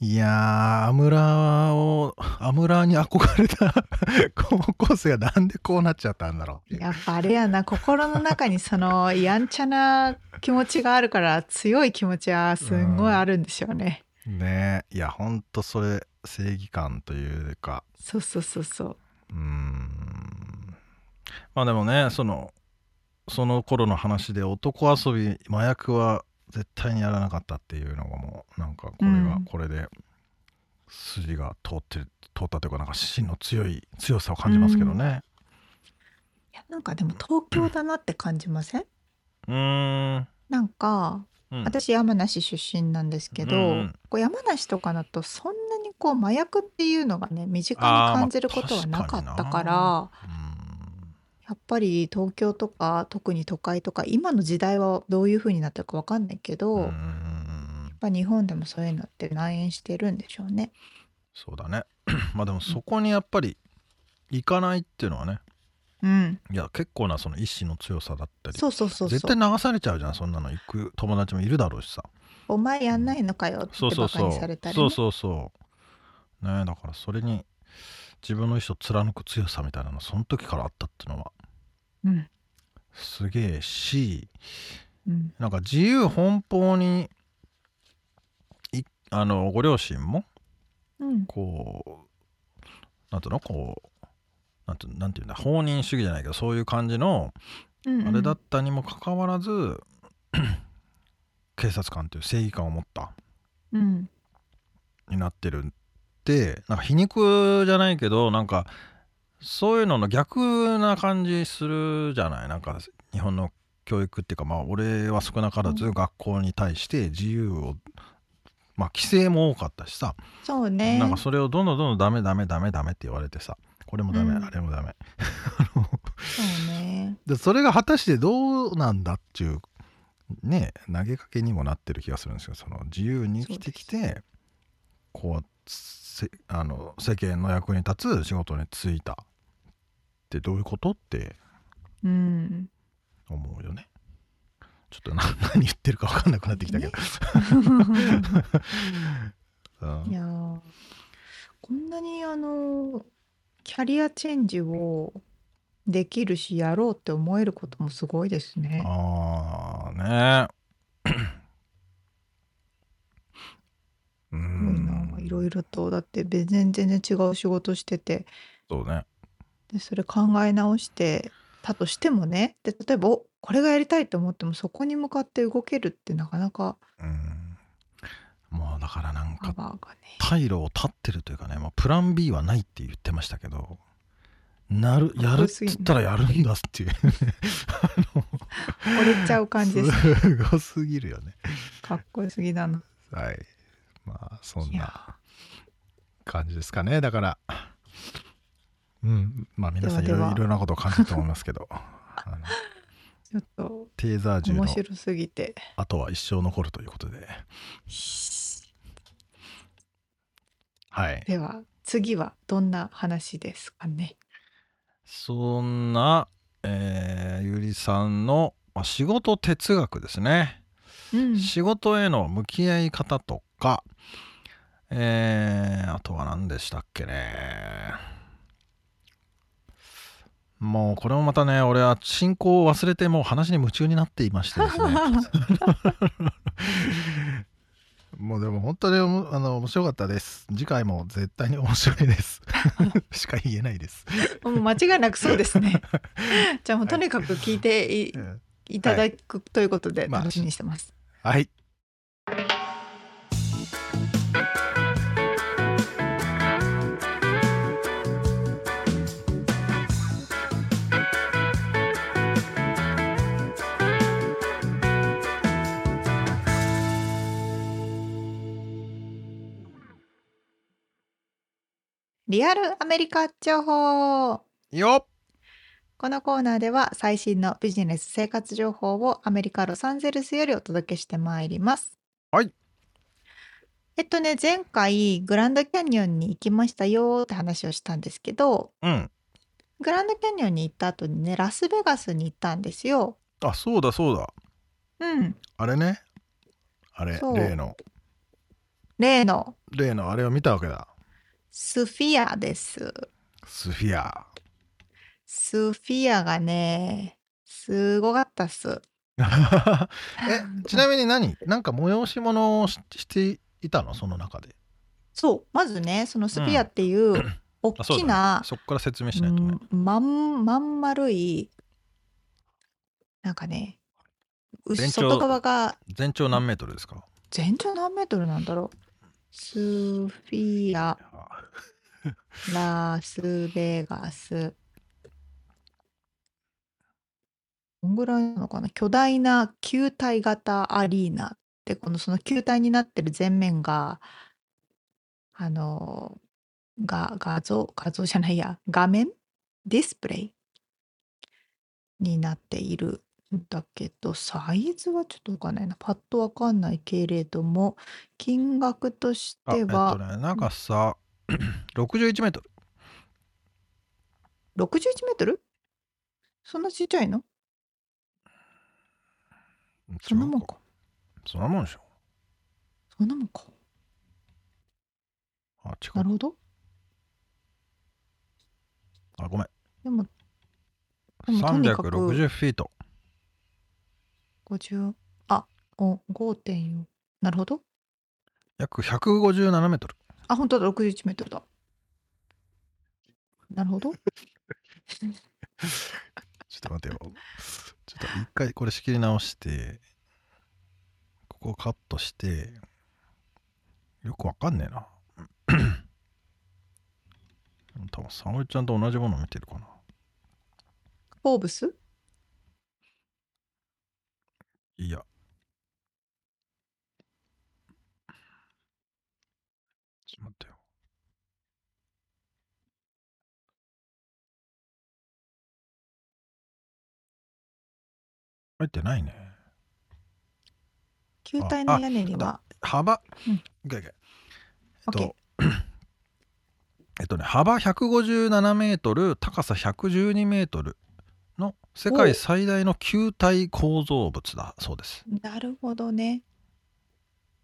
Speaker 3: いやーアムラーをアムラーに憧れた <laughs> 高校生がなんでこうなっちゃったんだろう
Speaker 1: やっぱあれやな心の中にそのやんちゃな気持ちがあるから強い気持ちはすんごいあるんですよね。
Speaker 3: ねえいやほんとそれ正義感というか
Speaker 1: そうそうそうそう。
Speaker 3: うーんまあでもねそのその頃の話で男遊び麻薬は絶対にやらなかったっていうのがもうなんかこれ
Speaker 1: う
Speaker 3: は
Speaker 1: ん
Speaker 3: これで筋が通ってる通ったというかなんか芯の強い強さを感じますけどね。
Speaker 1: いやなんかでも東京だなって感じません
Speaker 3: うーん。
Speaker 1: なんか
Speaker 3: うん
Speaker 1: 私山梨出身なんですけど、
Speaker 3: うんうん
Speaker 1: こう山梨とかだとそんなにこう麻薬っていうのがね身近に
Speaker 3: あー
Speaker 1: 感じることはなかったから、
Speaker 3: ま
Speaker 1: やっぱり東京とか特に都会とか今の時代はどういう風になってるかわかんないけど、
Speaker 3: うーんうー
Speaker 1: やっ
Speaker 3: ん
Speaker 1: ぱ日本でもそういうのって蔓延してるんでしょうね。
Speaker 3: そうだね。 <clears throat> まあでもそこにやっぱり行かないっていうのはね
Speaker 1: うん、
Speaker 3: いや結構なその意志の強さだったり
Speaker 1: そうそうそう
Speaker 3: 絶
Speaker 1: そう
Speaker 3: 対流されちゃうじゃんそんなの行く友達もいるだろうしさ
Speaker 1: お前やんないのかよって
Speaker 3: そう
Speaker 1: バ
Speaker 3: そう
Speaker 1: カ
Speaker 3: そう、
Speaker 1: にされたりね、
Speaker 3: そうそうそうねえだからそれに自分の意思を貫く強さみたいなのその時からあったっていうのは
Speaker 1: うん
Speaker 3: すげえし
Speaker 1: うん
Speaker 3: なんか自由奔放にいあのご両親も
Speaker 1: うん
Speaker 3: こうなんていうのこうなんてなんていうんだ放任主義じゃないけどそういう感じの
Speaker 1: うん、
Speaker 3: あれだったにもかかわらず、 <clears throat> 警察官という正義感を持った
Speaker 1: うん
Speaker 3: になってるってなんか皮肉じゃないけどなんかそういうのの逆な感じするじゃないなんか日本の教育っていうかまあ俺は少なからず学校に対して自由をまあ規制も多かったしさ、
Speaker 1: そうね
Speaker 3: なんかそれをどんどんどんどんダメダメダメダメって言われてさこれもダメ、
Speaker 1: うん
Speaker 3: あれもダメ
Speaker 1: そうね
Speaker 3: でそれが果たしてどうなんだっていうね投げかけにもなってる気がするんですよその自由に生きてきてこうせあの世間の役に立つ仕事に就いたってどういうことって <laughs>
Speaker 1: うん
Speaker 3: 思うよねちょっ
Speaker 1: <laughs>
Speaker 3: とな何言ってるか分かんなくなってきたけど、 <laughs> うん
Speaker 1: いやーこんなにあのキャリアチェンジをできるしやろうって思えることもすごいですね。
Speaker 3: ああね
Speaker 1: す
Speaker 3: う
Speaker 1: ごいなんいろいろとだって別に全然違う仕事してて
Speaker 3: そうね
Speaker 1: でそれ考え直してたとしてもねで例えばおこれがやりたいと思ってもそこに向かって動けるってなかなか
Speaker 3: うんもうだからなん
Speaker 1: パ
Speaker 3: か
Speaker 1: ワーがね
Speaker 3: 退路を断ってるというかね、まあ、プラン B はないって言ってましたけどなるやるっつったらやるんだっていう
Speaker 1: 折れちゃう感じ
Speaker 3: <laughs>
Speaker 1: です
Speaker 3: すごすぎるよね
Speaker 1: かっこよすぎだな
Speaker 3: はいまあそん
Speaker 1: い
Speaker 3: な感じですかねだからうんまあ皆さんい
Speaker 1: で
Speaker 3: ろ
Speaker 1: はいではい
Speaker 3: ろろなことを感じると思いますけど <laughs> あの
Speaker 1: ちょっと
Speaker 3: テーザー銃の
Speaker 1: 面白すぎて
Speaker 3: あとは一生残るということではい
Speaker 1: では次はどんな話ですかね
Speaker 3: そんな、えーゆりさんのまあ仕事哲学ですね <laughs>
Speaker 1: うん
Speaker 3: 仕事への向き合い方とか、えーあとは何でしたっけねもうこれもまたね俺は進行を忘れてもう話に夢中になっていましてですね
Speaker 1: <laughs>
Speaker 3: もうでも本当におもあの面白かったです次回も絶対に面白いです
Speaker 1: <laughs>
Speaker 3: しか言えないです、
Speaker 1: もう間違いなくそうですね
Speaker 3: <laughs>
Speaker 1: じゃあもうとにかく聞いてい,、
Speaker 3: うん
Speaker 1: い、ただくということで
Speaker 3: まあ
Speaker 1: 楽しみにしてます、
Speaker 3: はい
Speaker 1: リアルアメリカ情報
Speaker 3: よっ
Speaker 1: このコーナーでは最新のビジネス生活情報をアメリカ・ロサンゼルスよりお届けしてまいります。
Speaker 3: はい。
Speaker 1: えっとね、前回グランドキャニオンに行きましたよーって話をしたんですけど、
Speaker 3: うん
Speaker 1: グランドキャニオンに行った後にね、ラスベガスに行ったんですよ。
Speaker 3: あそうだそうだ
Speaker 1: うん。
Speaker 3: あれねあれ
Speaker 1: そう
Speaker 3: 例の
Speaker 1: 例の
Speaker 3: 例のあれを見たわけだ
Speaker 1: スフィアです。
Speaker 3: スフ
Speaker 1: <laughs>
Speaker 3: ィア。
Speaker 1: スフィアがね、すごかったっす。
Speaker 3: えちなみに何なんか催し物をししていたのその中で。
Speaker 1: そう、まずね、そのスフィアっていう
Speaker 3: <clears throat>
Speaker 1: 大
Speaker 3: あそう
Speaker 1: き
Speaker 3: だ
Speaker 1: な、
Speaker 3: ね、そこから説明しないとね。
Speaker 1: うんまんまん丸いなんかねう
Speaker 3: 全長
Speaker 1: 外側が
Speaker 3: 全長何メートルですか
Speaker 1: 全長何メートルなんだろうスフィアラスベガスこんぐらいなのかな巨大な球体型アリーナでこのその球体になってる全面があのが画像画像じゃないや画面ディスプレイになっているんだけどサイズはちょっとわかんないなパッとわかんないけれども金額とし
Speaker 3: あえ
Speaker 1: て
Speaker 3: っと
Speaker 1: は
Speaker 3: ね長さ61メートル。
Speaker 1: 61メートルそんなちっちゃいのそんなもんか。
Speaker 3: そんなもんでしょ。
Speaker 1: そんなもんか。
Speaker 3: あ違
Speaker 1: な
Speaker 3: う
Speaker 1: る。ほど。
Speaker 3: あごめん。
Speaker 1: でも、でもとにかく
Speaker 3: 360フィート。
Speaker 1: 50、あ、お、5.4。なるほど。
Speaker 3: 約157メートル。
Speaker 1: あ、本当だ、61メートルだ。なるほど。
Speaker 3: ちょっと待てよ。ちょっと一回これ仕切り直して、ここをカットして、よくわかんねえな。 <clears throat> 多分沙織ちゃんと同じもの見てるかな。
Speaker 1: フォーブス
Speaker 3: いや。ちょっと待ってよ。入ってないね。
Speaker 1: 球体
Speaker 3: あ
Speaker 1: の屋根に
Speaker 3: そうだ
Speaker 1: は、
Speaker 3: 幅、
Speaker 1: うん
Speaker 3: いけいけえっ
Speaker 1: OK
Speaker 3: とえっとね幅157メートル高さ112メートルの世界最大の球体構造物だそうです
Speaker 1: なるほどね。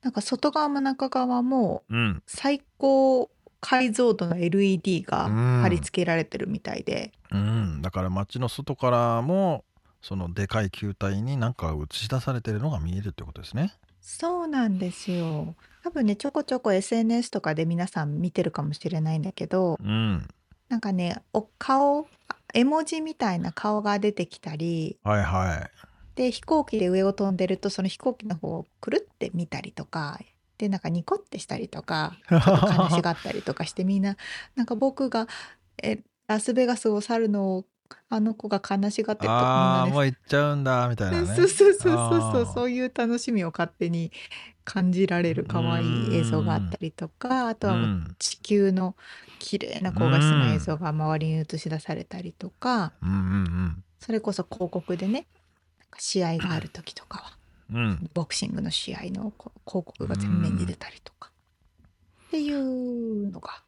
Speaker 1: なんか外側も中側も
Speaker 3: うん
Speaker 1: 最高解像度の LED が
Speaker 3: うん
Speaker 1: 貼り付けられてるみたいで、
Speaker 3: うんだから街の外からもそのでかい球体に何かが映し出されてるのが見えるってことですね
Speaker 1: そうなんですよ。多分ね、ちょこちょこ SNS とかで皆さん見てるかもしれないんだけど、
Speaker 3: うん
Speaker 1: なんかね、お顔、あ絵文字みたいな顔が出てきたり、
Speaker 3: はいはい
Speaker 1: で飛行機で上を飛んでるとその飛行機の方をくるって見たりとかでなんかニコってしたりと
Speaker 3: <laughs>
Speaker 1: か悲しがったりとかしてみんななんか僕がえラスベガスを去るのをあの子が悲しがってると
Speaker 3: あ
Speaker 1: か
Speaker 3: あ
Speaker 1: みん
Speaker 3: も
Speaker 1: な
Speaker 3: う
Speaker 1: ね
Speaker 3: 行っちゃうんだみたいなね
Speaker 1: そうそうそうそうそう
Speaker 3: あー
Speaker 1: そういう楽しみを勝手に感じられる可愛い映像があったりとかあとはもう
Speaker 3: うん
Speaker 1: 地球の綺麗な高画質の映像が周りに映し出されたりとか
Speaker 3: うんうん
Speaker 1: それこそ広告でねなんか試合がある時とかは
Speaker 3: うんうん
Speaker 1: ボクシングの試合のこう広告が全面に出たりとかっていうのが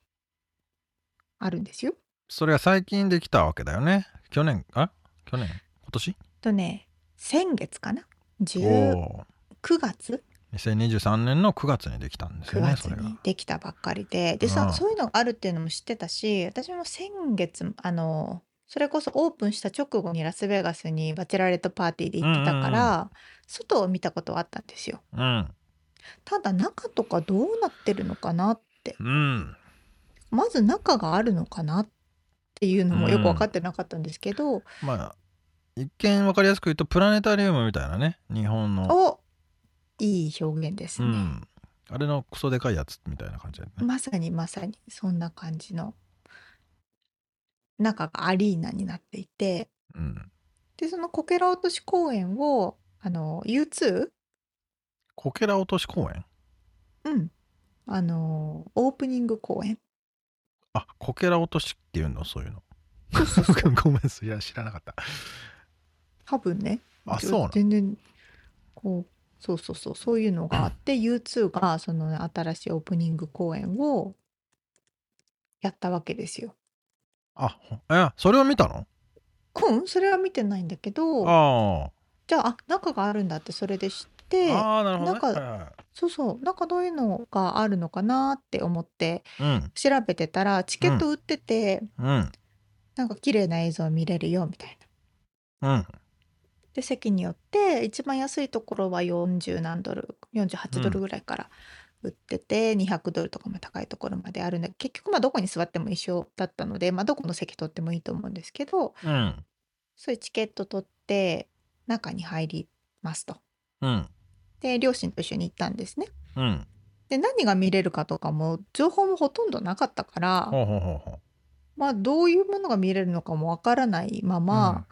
Speaker 1: あるんですよ。
Speaker 3: それが最近できたわけだよね去年あ去年今年
Speaker 1: とね先月かな
Speaker 3: お
Speaker 1: 19
Speaker 3: お
Speaker 1: 月
Speaker 3: ー2023年の9月にできたんです
Speaker 1: 9
Speaker 3: よね
Speaker 1: 月
Speaker 3: それが
Speaker 1: にできたばっかりでで
Speaker 3: うん
Speaker 1: さそういうのがあるっていうのも知ってたし私も先月あのそれこそオープンした直後にラスベガスにバチェラレットパーティーで行ってたから、
Speaker 3: うん
Speaker 1: 外を見たことはあったんですよ
Speaker 3: うん
Speaker 1: ただ中とかどうなってるのかなって
Speaker 3: うん
Speaker 1: まず中があるのかなっていうのもよく分かってなかったんですけど、
Speaker 3: まあ一見わかりやすく言うとプラネタリウムみたいなね日本の
Speaker 1: おいい表現です
Speaker 3: う
Speaker 1: ね、
Speaker 3: んあれのクソでかいやつみたいな感じだよね
Speaker 1: まさにまさにそんな感じの中がアリーナになっていて
Speaker 3: うん
Speaker 1: でそのこけら落とし公演をあの U2、
Speaker 3: こけら落とし公園
Speaker 1: うん、あのオープニング公演
Speaker 3: あこけら落としっていうのそういうの <laughs> ごめんすいや知らなかった
Speaker 1: 多分ね
Speaker 3: あそうなの
Speaker 1: 全然こうそうそうそうそういうのがあって U2 がその、新しいオープニング公演をやったわけですよ。
Speaker 3: あほえそれを見たの
Speaker 1: うんそれは見てないんだけど
Speaker 3: あ
Speaker 1: じゃああ中があるんだってそれで知っ
Speaker 3: あ
Speaker 1: て
Speaker 3: ああなるほ
Speaker 1: な
Speaker 3: どね
Speaker 1: んか
Speaker 3: はいは
Speaker 1: そうそうなんかどういうのがあるのかなって思って
Speaker 3: い
Speaker 1: 調べてたらチケット売ってて、
Speaker 3: うんうん
Speaker 1: なんか綺麗な映像見れるよみたいな。
Speaker 3: うん
Speaker 1: で席によって一番安いところは40何ドル48ドルぐらいから売ってて、200ドルとかも高いところまであるんで結局まあどこに座っても一緒だったので、まあ、どこの席取ってもいいと思うんですけど
Speaker 3: うん
Speaker 1: そういうチケット取って中に入りますと。
Speaker 3: うん
Speaker 1: で両親と一緒に行ったんですね。
Speaker 3: うん
Speaker 1: で何が見れるかとかも情報もほとんどなかったから、
Speaker 3: ほうほうほうほう
Speaker 1: まあどういうものが見れるのかもわからないまま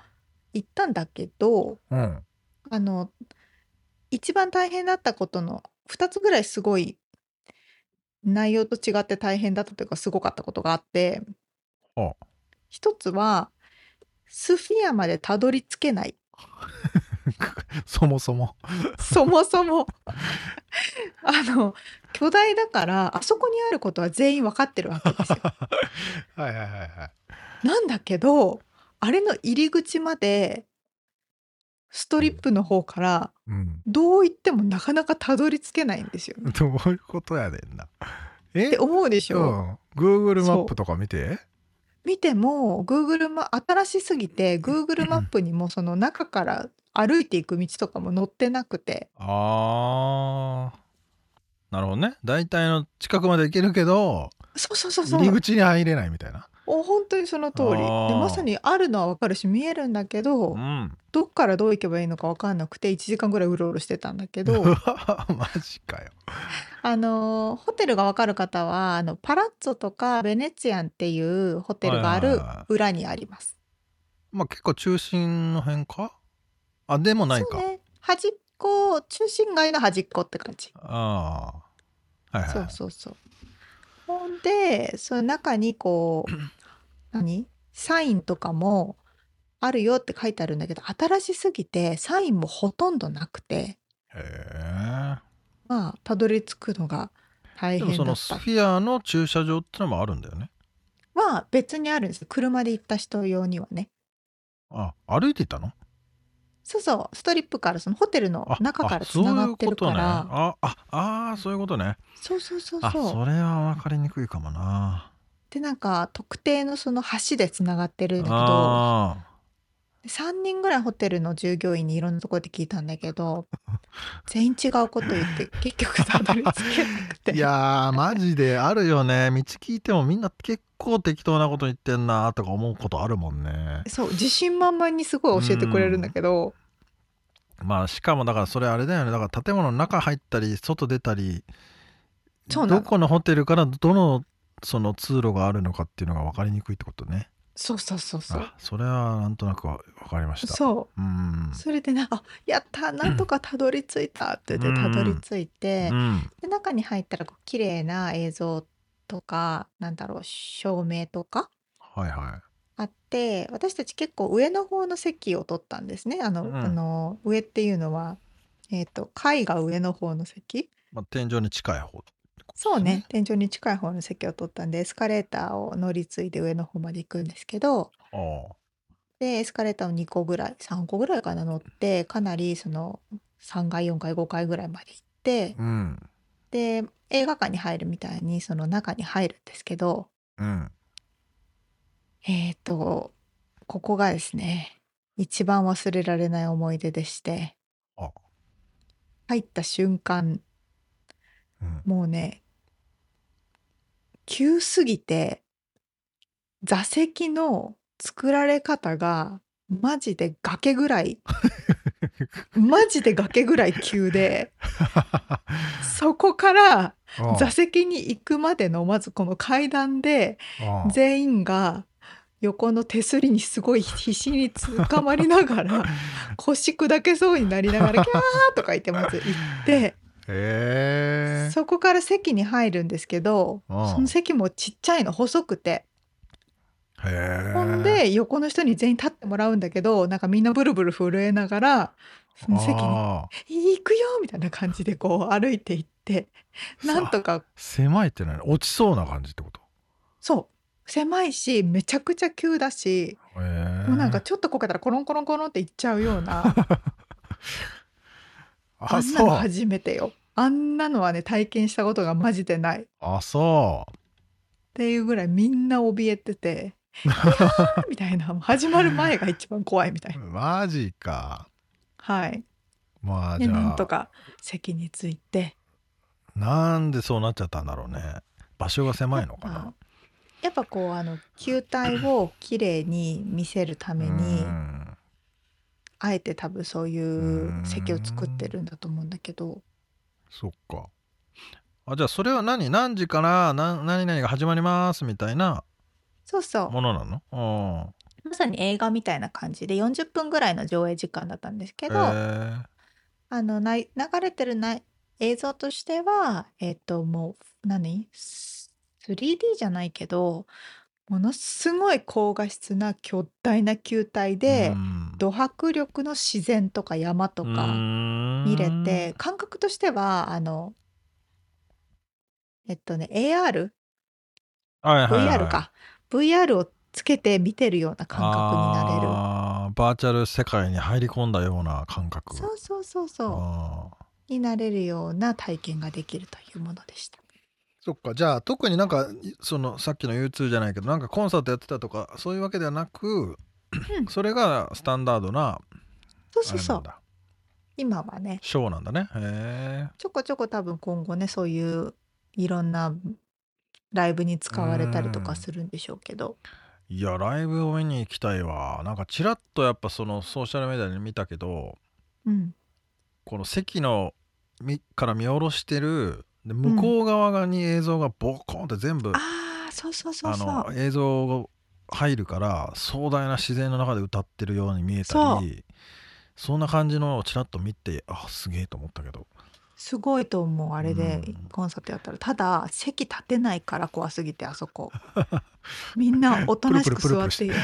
Speaker 1: 行ったんだけど。
Speaker 3: うん
Speaker 1: あの一番大変だったことの2つぐらいすごい内容と違って大変だったというかすごかったことがあって
Speaker 3: ほう
Speaker 1: 一つはスフィアまでたどり着けない
Speaker 3: <laughs> そもそも
Speaker 1: そもそもあの巨大だからあそこにあることは全員わかってるわけですよ。
Speaker 3: はいはいはいはい
Speaker 1: なんだけどあれの入り口までストリップの方から
Speaker 3: うん <laughs>
Speaker 1: どう行ってもなかなかたどり着けないんですよね。
Speaker 3: どういうことやねんなえ
Speaker 1: って思うでしょ。
Speaker 3: うん、Google マップとか見て
Speaker 1: 見ても Google マ新しすぎて Google マップにもその中から歩いていく道とかも載ってなくて
Speaker 3: ああなるほどね大体の近くまで行けるけど
Speaker 1: そうそうそうそ
Speaker 3: 入り
Speaker 1: う
Speaker 3: 口に入れないみたいな
Speaker 1: お本当にその通りで
Speaker 3: あー
Speaker 1: まさにあるのはわかるし見えるんだけ
Speaker 3: う
Speaker 1: ど
Speaker 3: ん
Speaker 1: どっからどう行けばいいのかわかんなくて1時間ぐらいうろうろしてたんだけど
Speaker 3: <laughs> マジかよ
Speaker 1: あのーホテルがわかる方はあのパラッツォとかベネツィアンっていうホテルがあ
Speaker 3: はい
Speaker 1: る
Speaker 3: はいはいはい
Speaker 1: 裏にあります。
Speaker 3: まあ結構中心の辺かあでもない
Speaker 1: そ
Speaker 3: か、
Speaker 1: うね端っこ中心街の端っこって感じ。
Speaker 3: ああはいはい
Speaker 1: そ
Speaker 3: は
Speaker 1: う
Speaker 3: い
Speaker 1: そうそう。ほんで、その中にこう、何サインとかもあるよって書いてあるんだけど、新しすぎてサインもほとんどなくて、
Speaker 3: へ
Speaker 1: まあ、たどり着くのが大
Speaker 3: えでも
Speaker 1: 変
Speaker 3: そ
Speaker 1: だ
Speaker 3: の
Speaker 1: っ
Speaker 3: ス
Speaker 1: た。
Speaker 3: フィアの駐車場ってのもあるんだよね
Speaker 1: は別にあるんですよ。車で行った人用にはね。
Speaker 3: あ歩いていったの
Speaker 1: そうそう、ストリップからそのホテルの
Speaker 3: あ
Speaker 1: 中からつながってるから、
Speaker 3: あそういうことねあああそう
Speaker 1: そ
Speaker 3: いうことね
Speaker 1: うそうそう
Speaker 3: あ
Speaker 1: そう。
Speaker 3: それは分かりにくいかもな
Speaker 1: で、なんか特定のその橋でつながってるんだけど、
Speaker 3: あ
Speaker 1: 3人ぐらいホテルの従業員にいろんなところで聞いたんだけ
Speaker 3: <laughs>
Speaker 1: ど全員違うこと言って結局たどり着けなく
Speaker 3: ー
Speaker 1: て
Speaker 3: いやーマジであるよね道聞いてもみんな結構適当なこと言ってんなとか思うことあるもんね
Speaker 1: そう自信満々にすごい教えてくれるんだけど
Speaker 3: まあしかもだからそれあれだよねだから建物の中入ったり外出たり
Speaker 1: そうなの
Speaker 3: どこのホテルからどのその通路があるのかっていうのが分かりにくいってことね
Speaker 1: そうそうそうそう
Speaker 3: あそれはなんとなくわ分かりました
Speaker 1: そう
Speaker 3: うーん
Speaker 1: それでな「あやったなんとかたどり着いた」って言ってたどり着いて、
Speaker 3: うん
Speaker 1: で中に入ったらこう綺麗な映像とかなんだろう照明とか
Speaker 3: はいは
Speaker 1: あって私たち結構上の方の席を取ったんですねあの,、
Speaker 3: うん
Speaker 1: あの上っていうのは、えー、と階が上の方の席
Speaker 3: い、まあ、天井に近い方
Speaker 1: そうね天井に近い方の席を取ったんでエスカレーターを乗り継いで上の方まで行くんですけど
Speaker 3: ああ
Speaker 1: でエスカレーターを2個ぐらい3個ぐらいかな乗ってかなりその3階4階5階ぐらいまで行って
Speaker 3: うん
Speaker 1: で映画館に入るみたいにその中に入るんですけど
Speaker 3: うん
Speaker 1: えーと、ここがですね、一番忘れられない思い出でして
Speaker 3: あ、
Speaker 1: 入った瞬間、 <laughs>
Speaker 3: うん
Speaker 1: もうね、急すぎて、座席の作られ方が、マジで崖ぐらい、マジで崖ぐらい急で、そこから座席に行くまでの、まずこの階段で、
Speaker 3: あ
Speaker 1: 全員が横の手すりにすごい必死につかまりながら
Speaker 3: <laughs>
Speaker 1: 腰砕けそうになりながら「キャー!」とか言ってまず行って
Speaker 3: へえ
Speaker 1: そこから席に入るんですけど
Speaker 3: ああ
Speaker 1: その席もちっちゃいの細くて
Speaker 3: へえ
Speaker 1: ほんで横の人に全員立ってもらうんだけどなんかみんなブルブル震えながらその席に
Speaker 3: ああ
Speaker 1: 「行くよ!」みたいな感じでこう歩いていってなんとか
Speaker 3: 狭いってない落ちそうな感じってこと
Speaker 1: そう狭いしめちゃくちゃ急だし。
Speaker 3: へえ
Speaker 1: もうなんかちょっとこけたらコロンコロンコロンっていっちゃうようなあ
Speaker 3: あ
Speaker 1: んなの
Speaker 3: そう
Speaker 1: 初めてよあんなのはね体験したことがマジでないっ
Speaker 3: あそう
Speaker 1: ていうぐらいみんな怯えて
Speaker 3: <laughs>
Speaker 1: てあーみたいなもう始まる前が一番怖いみたいな
Speaker 3: マジか
Speaker 1: はい
Speaker 3: まあ
Speaker 1: で
Speaker 3: じゃあ
Speaker 1: なんとか席について
Speaker 3: なんでそうなっちゃったんだろうね場所が狭いのかな
Speaker 1: やっぱこうあの球体を綺麗に見せるために
Speaker 3: うん
Speaker 1: あえて多分そういう席を作ってるんだと思うんだけど
Speaker 3: そっかあじゃあそれは何何時から何何々が始まりますみたいな
Speaker 1: そうそう
Speaker 3: ものなのうん
Speaker 1: まさに映画みたいな感じで40分ぐらいの上映時間だったんですけど、
Speaker 3: え
Speaker 1: あのない流れてるない映像としてはえっ、ともう何 3D じゃないけどものすごい高画質な巨大な球体で、ド迫力の自然とか山とか見
Speaker 3: 見
Speaker 1: れて感覚としてはあのえっとね ARVR
Speaker 3: はいはいはい、
Speaker 1: か VR をつけて見てるような感覚になれる。
Speaker 3: あーバーチャル世界に入り込んだような感覚
Speaker 1: そうそうそうそう。
Speaker 3: あー
Speaker 1: になれるような体験ができるというものでした。
Speaker 3: そっかじゃあ特になんかそのさっきの U2 じゃないけどなんかコンサートやってたとかそういうわけではなく、
Speaker 1: うん
Speaker 3: それがスタンダードな
Speaker 1: そう
Speaker 3: あ
Speaker 1: そ
Speaker 3: れ
Speaker 1: うそ
Speaker 3: なん
Speaker 1: う。
Speaker 3: だ
Speaker 1: 今はね、
Speaker 3: ショーなんだねへえ
Speaker 1: ちょこちょこ多分今後ね、そういういろんなライブに使われたりとかするんでしょうけど。
Speaker 3: いやライブを見に行きたいわなんかちらっとやっぱそのソーシャルメディアで見たけど
Speaker 1: うん。
Speaker 3: この席のみから見下ろしてるで向こう側がに映像がボコンって全部、
Speaker 1: ああ、そうそうそう
Speaker 3: あ
Speaker 1: そう
Speaker 3: の。映像が入るから壮大な自然の中で歌ってるように見えた
Speaker 1: そ
Speaker 3: りそんな感じのをちらっと見てあすげえと思ったけど
Speaker 1: すごいと思う、あれで
Speaker 3: うん
Speaker 1: コンサートやったら。ただ、席立てないから怖すぎて、あそ
Speaker 3: <laughs>
Speaker 1: こ。みんなおとなしく
Speaker 3: プル
Speaker 1: 座
Speaker 3: プル
Speaker 1: っ
Speaker 3: プ
Speaker 1: て
Speaker 3: ル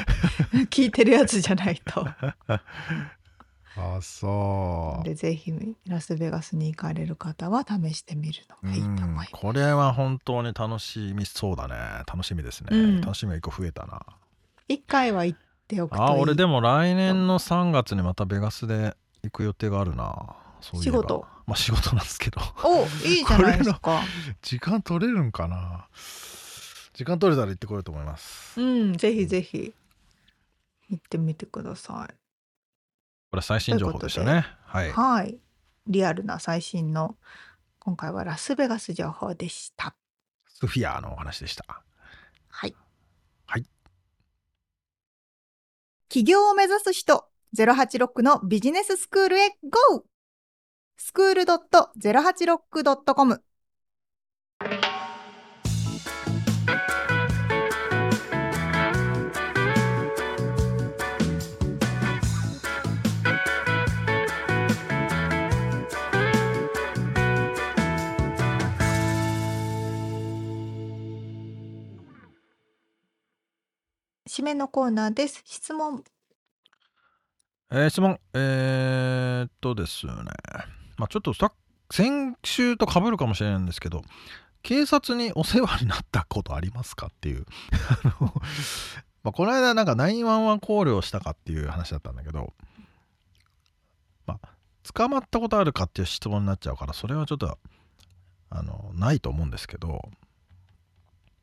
Speaker 3: プル
Speaker 1: <laughs> 聞いてるやつじゃないと。
Speaker 3: あそ
Speaker 1: で、ぜひラスベガスに行かれる方は試してみるのがいいと思います。
Speaker 3: これは本当に楽しみそうだね楽しみですね、
Speaker 1: うん
Speaker 3: 楽しみが一個増えたな
Speaker 1: 一回は行っておくといい
Speaker 3: あ俺でも来年の3月にまたベガスで行く予定があるなそういえば
Speaker 1: 仕事
Speaker 3: まあ仕事なんですけど <laughs>
Speaker 1: おいいじゃないですか
Speaker 3: 時間取れるんかな時間取れたら行ってこようと思います、
Speaker 1: うんぜひぜひ行ってみてくださ
Speaker 3: これ最新情報でした
Speaker 1: とい
Speaker 3: ねはいい
Speaker 1: はいリアルな最新の今回はラスベガス情報でした
Speaker 3: スフィアのお話でした
Speaker 1: はい
Speaker 4: 起業を目指す人、 086のビジネススクールへ GO! スクール .086.com
Speaker 1: 締めのコーナーです。質問。
Speaker 3: えー質問。えー、っとですね。まあ、ちょっとさ先週と被るかもしれないんですけど、警察にお世話になったことありますかっていう。 <laughs> あのまあ、この間なんか911コールをしたかっていう話だったんだけど、まあ、捕まったことあるかっていう質問になっちゃうから、それはちょっと、あの、ないと思うんですけど、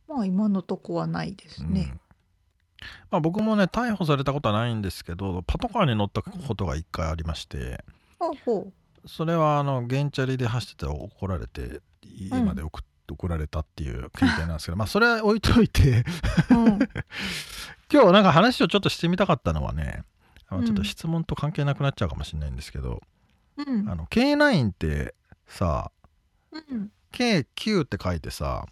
Speaker 1: まあ今のとこはないです
Speaker 3: う
Speaker 1: ね。
Speaker 3: んまあ、僕もね逮捕されたことはないんですけどパトカーに乗ったことが1回ありまして
Speaker 1: ほうほ
Speaker 3: それはあの原チャリで走ってたら怒られて家まで送,、怒られたっていう経験なんですけどまあそれは置いといて
Speaker 1: う。 <laughs> うん、
Speaker 3: 今日なんか話をちょっとしてみたかったのはねあのちょっ
Speaker 1: う
Speaker 3: と
Speaker 1: ん
Speaker 3: 質問と関係なくなっちゃうかもしれないんですけど、
Speaker 1: うん
Speaker 3: あの K9 ってさ
Speaker 1: うん、
Speaker 3: K9 って書いてさ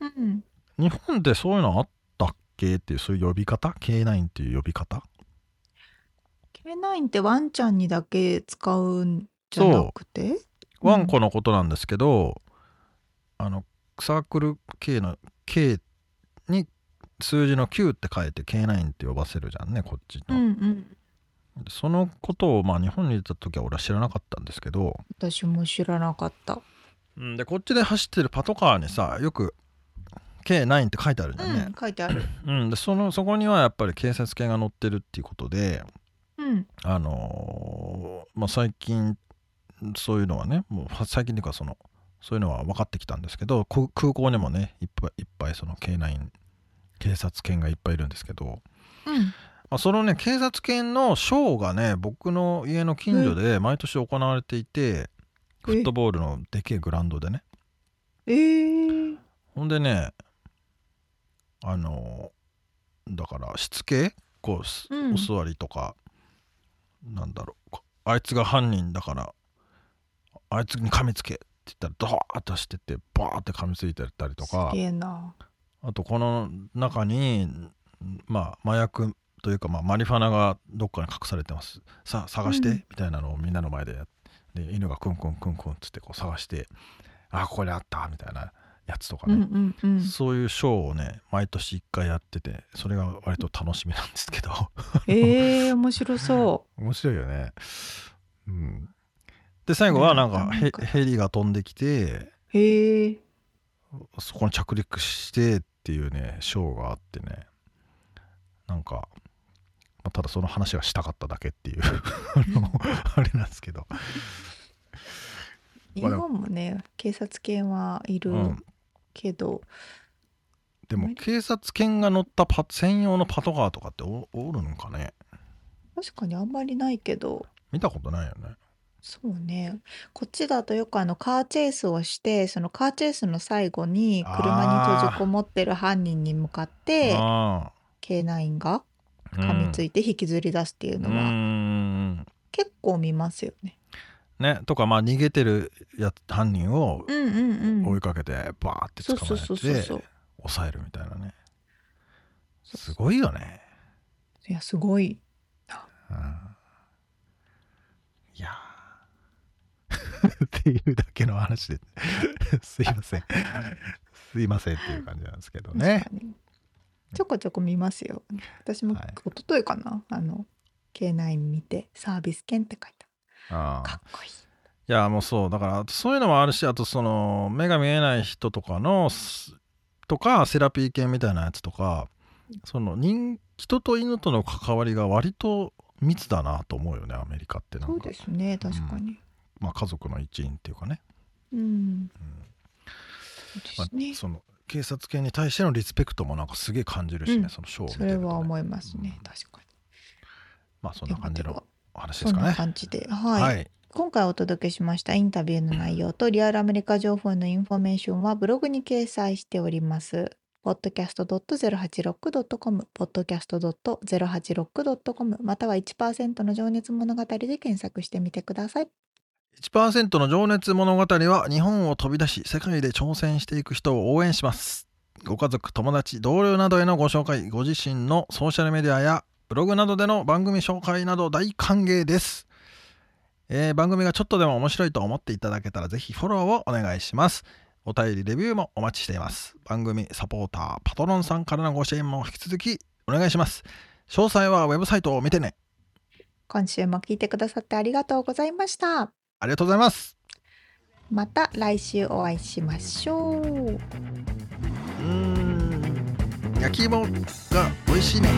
Speaker 1: うん。
Speaker 3: 日本でそういうのあったっけっていうそういう呼び方 K9 っていう呼び方
Speaker 1: K9 ってワンちゃんにだけ使うんじゃなくてうん
Speaker 3: ワンコのことなんですけど、あのサークル K の K に数字の9って書いて K9 って呼ばせるじゃんねこっち
Speaker 1: うん
Speaker 3: の、
Speaker 1: うん。
Speaker 3: そのことをまあ日本にいた時は俺は知らなかったんですけど、
Speaker 1: 私も知らなかった。
Speaker 3: うんでこっちで走ってるパトカーにさよく K9 って書いてあるんだ
Speaker 1: う
Speaker 3: よね
Speaker 1: ん、、書いてあ
Speaker 3: <clears throat>
Speaker 1: る。
Speaker 3: うんでそのそこにはやっぱり警察犬が乗ってるっていうことで
Speaker 1: うん、
Speaker 3: あのーまあ、最近そういうのはねもうは最近というかそのそういうのは分かってきたんですけどこ空港にもねいっぱいいっぱいその K9 警察犬がいっぱいいるんですけど、
Speaker 1: うん。
Speaker 3: まあ、そのね警察犬のショーがね僕の家の近所で毎年行われていてフットボールのでけえグラウンドでね
Speaker 1: えー、
Speaker 3: ほんでねあのだからしつけこうす、
Speaker 1: うん
Speaker 3: お座りとかなんだろうこあいつが犯人だからあいつに噛みつけって言ったらドーッと走ってってバーって噛みついてたりとか
Speaker 1: すげえな。
Speaker 3: あとこの中にまあ麻薬というか、まあ、マリファナがどっかに隠されてますさあ探して、
Speaker 1: うん
Speaker 3: みたいなのをみんなの前でやで犬がクンクンクンクンっつってこう探してあここにあったみたいなやつとか
Speaker 1: う
Speaker 3: ね、
Speaker 1: んうんうん。
Speaker 3: そういうショーをね毎年1回やっててそれが割と楽しみなんですけど
Speaker 1: えー、面白そ
Speaker 3: <laughs> 面白いよね。うん、で最後はなんか
Speaker 1: ね
Speaker 3: ヘヘリが飛んできて
Speaker 1: う。へえー。
Speaker 3: そこに着陸してっていうねショーがあってねなんか、まあ、ただその話がしたかっただけ <laughs> っていうあのあれなんですけど、
Speaker 1: 日
Speaker 3: まあでも
Speaker 1: 本もね、警察犬はいる
Speaker 3: うん、
Speaker 1: けど、
Speaker 3: でも警察犬が乗ったパ専用のパトカーとかっておおるのかね
Speaker 1: 確かにあんまりないけど、
Speaker 3: 見たことないよね。
Speaker 1: そうね。こっちだとよくあのカーチェイスをして、そのカーチェイスの最後に車に閉じこもってる犯人に向かって、
Speaker 3: あ
Speaker 1: K9 が
Speaker 3: あ
Speaker 1: 噛みつ
Speaker 3: い
Speaker 1: いて引きずり出すっていうのは結構見ますよね。
Speaker 3: ね、とかまあ逃げてるやつ犯人を
Speaker 1: うんうんう
Speaker 3: 追
Speaker 1: ん
Speaker 3: い。かけてバーって
Speaker 1: そ
Speaker 3: 捕
Speaker 1: うそう
Speaker 3: ま
Speaker 1: そうそ
Speaker 3: え
Speaker 1: う
Speaker 3: て
Speaker 1: そう。
Speaker 3: 抑えるみたいなね
Speaker 1: そう
Speaker 3: すごいよね、
Speaker 1: いや、すごい。
Speaker 3: うん、いやー <laughs> っていうだけの話で <laughs> すいません <laughs> すいませんっていう感じなんですけどね
Speaker 1: 確かにちょこちょこ見ますよ。私も
Speaker 3: はい
Speaker 1: 一昨日かな、あの、K9 見て、サービス券って書い
Speaker 3: あ
Speaker 1: た。
Speaker 3: あ
Speaker 1: かっこいい。
Speaker 3: いやもうそうだからそういうのもあるしあとその目が見えない人とかのすとかセラピー犬みたいなやつとかその人人と犬との関わりが割と密だなと思うよねアメリカってな
Speaker 1: そ
Speaker 3: ん
Speaker 1: う
Speaker 3: か
Speaker 1: ですね、確かに。
Speaker 3: まあ、家族の一員っていうかね,、
Speaker 1: うん。
Speaker 3: うん
Speaker 1: そうで
Speaker 3: ますあ
Speaker 1: ね。
Speaker 3: その警察犬に対してのリスペクトもなんかすげえ感じるしね、
Speaker 1: うん
Speaker 3: そのショーを見て
Speaker 1: そ
Speaker 3: る
Speaker 1: れ
Speaker 3: とね、
Speaker 1: は思いますね
Speaker 3: う、ん
Speaker 1: 確かに。
Speaker 3: まあそん
Speaker 1: で
Speaker 3: な
Speaker 1: は
Speaker 3: 感じ
Speaker 1: で
Speaker 3: の
Speaker 1: は、
Speaker 3: お話で
Speaker 1: そ
Speaker 3: す
Speaker 1: ん
Speaker 3: か
Speaker 1: な
Speaker 3: ね
Speaker 1: 感じで、はい。
Speaker 3: い
Speaker 1: 今回お届けしましたインタビューの内容とリアルアメリカ情報のインフォメーションはブログに掲載しております。 podcast.086.com、podcast.086.com、または1%の情熱物語で検索してみてください。
Speaker 3: 1%の情熱物語は日本を飛び出し世界で挑戦していく人を応援しますご家族友達同僚などへのご紹介ご自身のソーシャルメディアやブログなどでの番組紹介など大歓迎です、えー番組がちょっとでも面白いと思っていただけたらぜひフォローをお願いしますお便りレビューもお待ちしています番組サポーターパトロンさんからのご支援も引き続きお願いします詳細はウェブサイトを見てね
Speaker 1: 今週も聞いてくださってありがとうございました。
Speaker 3: ありがとうございます
Speaker 1: また来週お会いしましょう。
Speaker 3: うーん焼き芋が美味しいね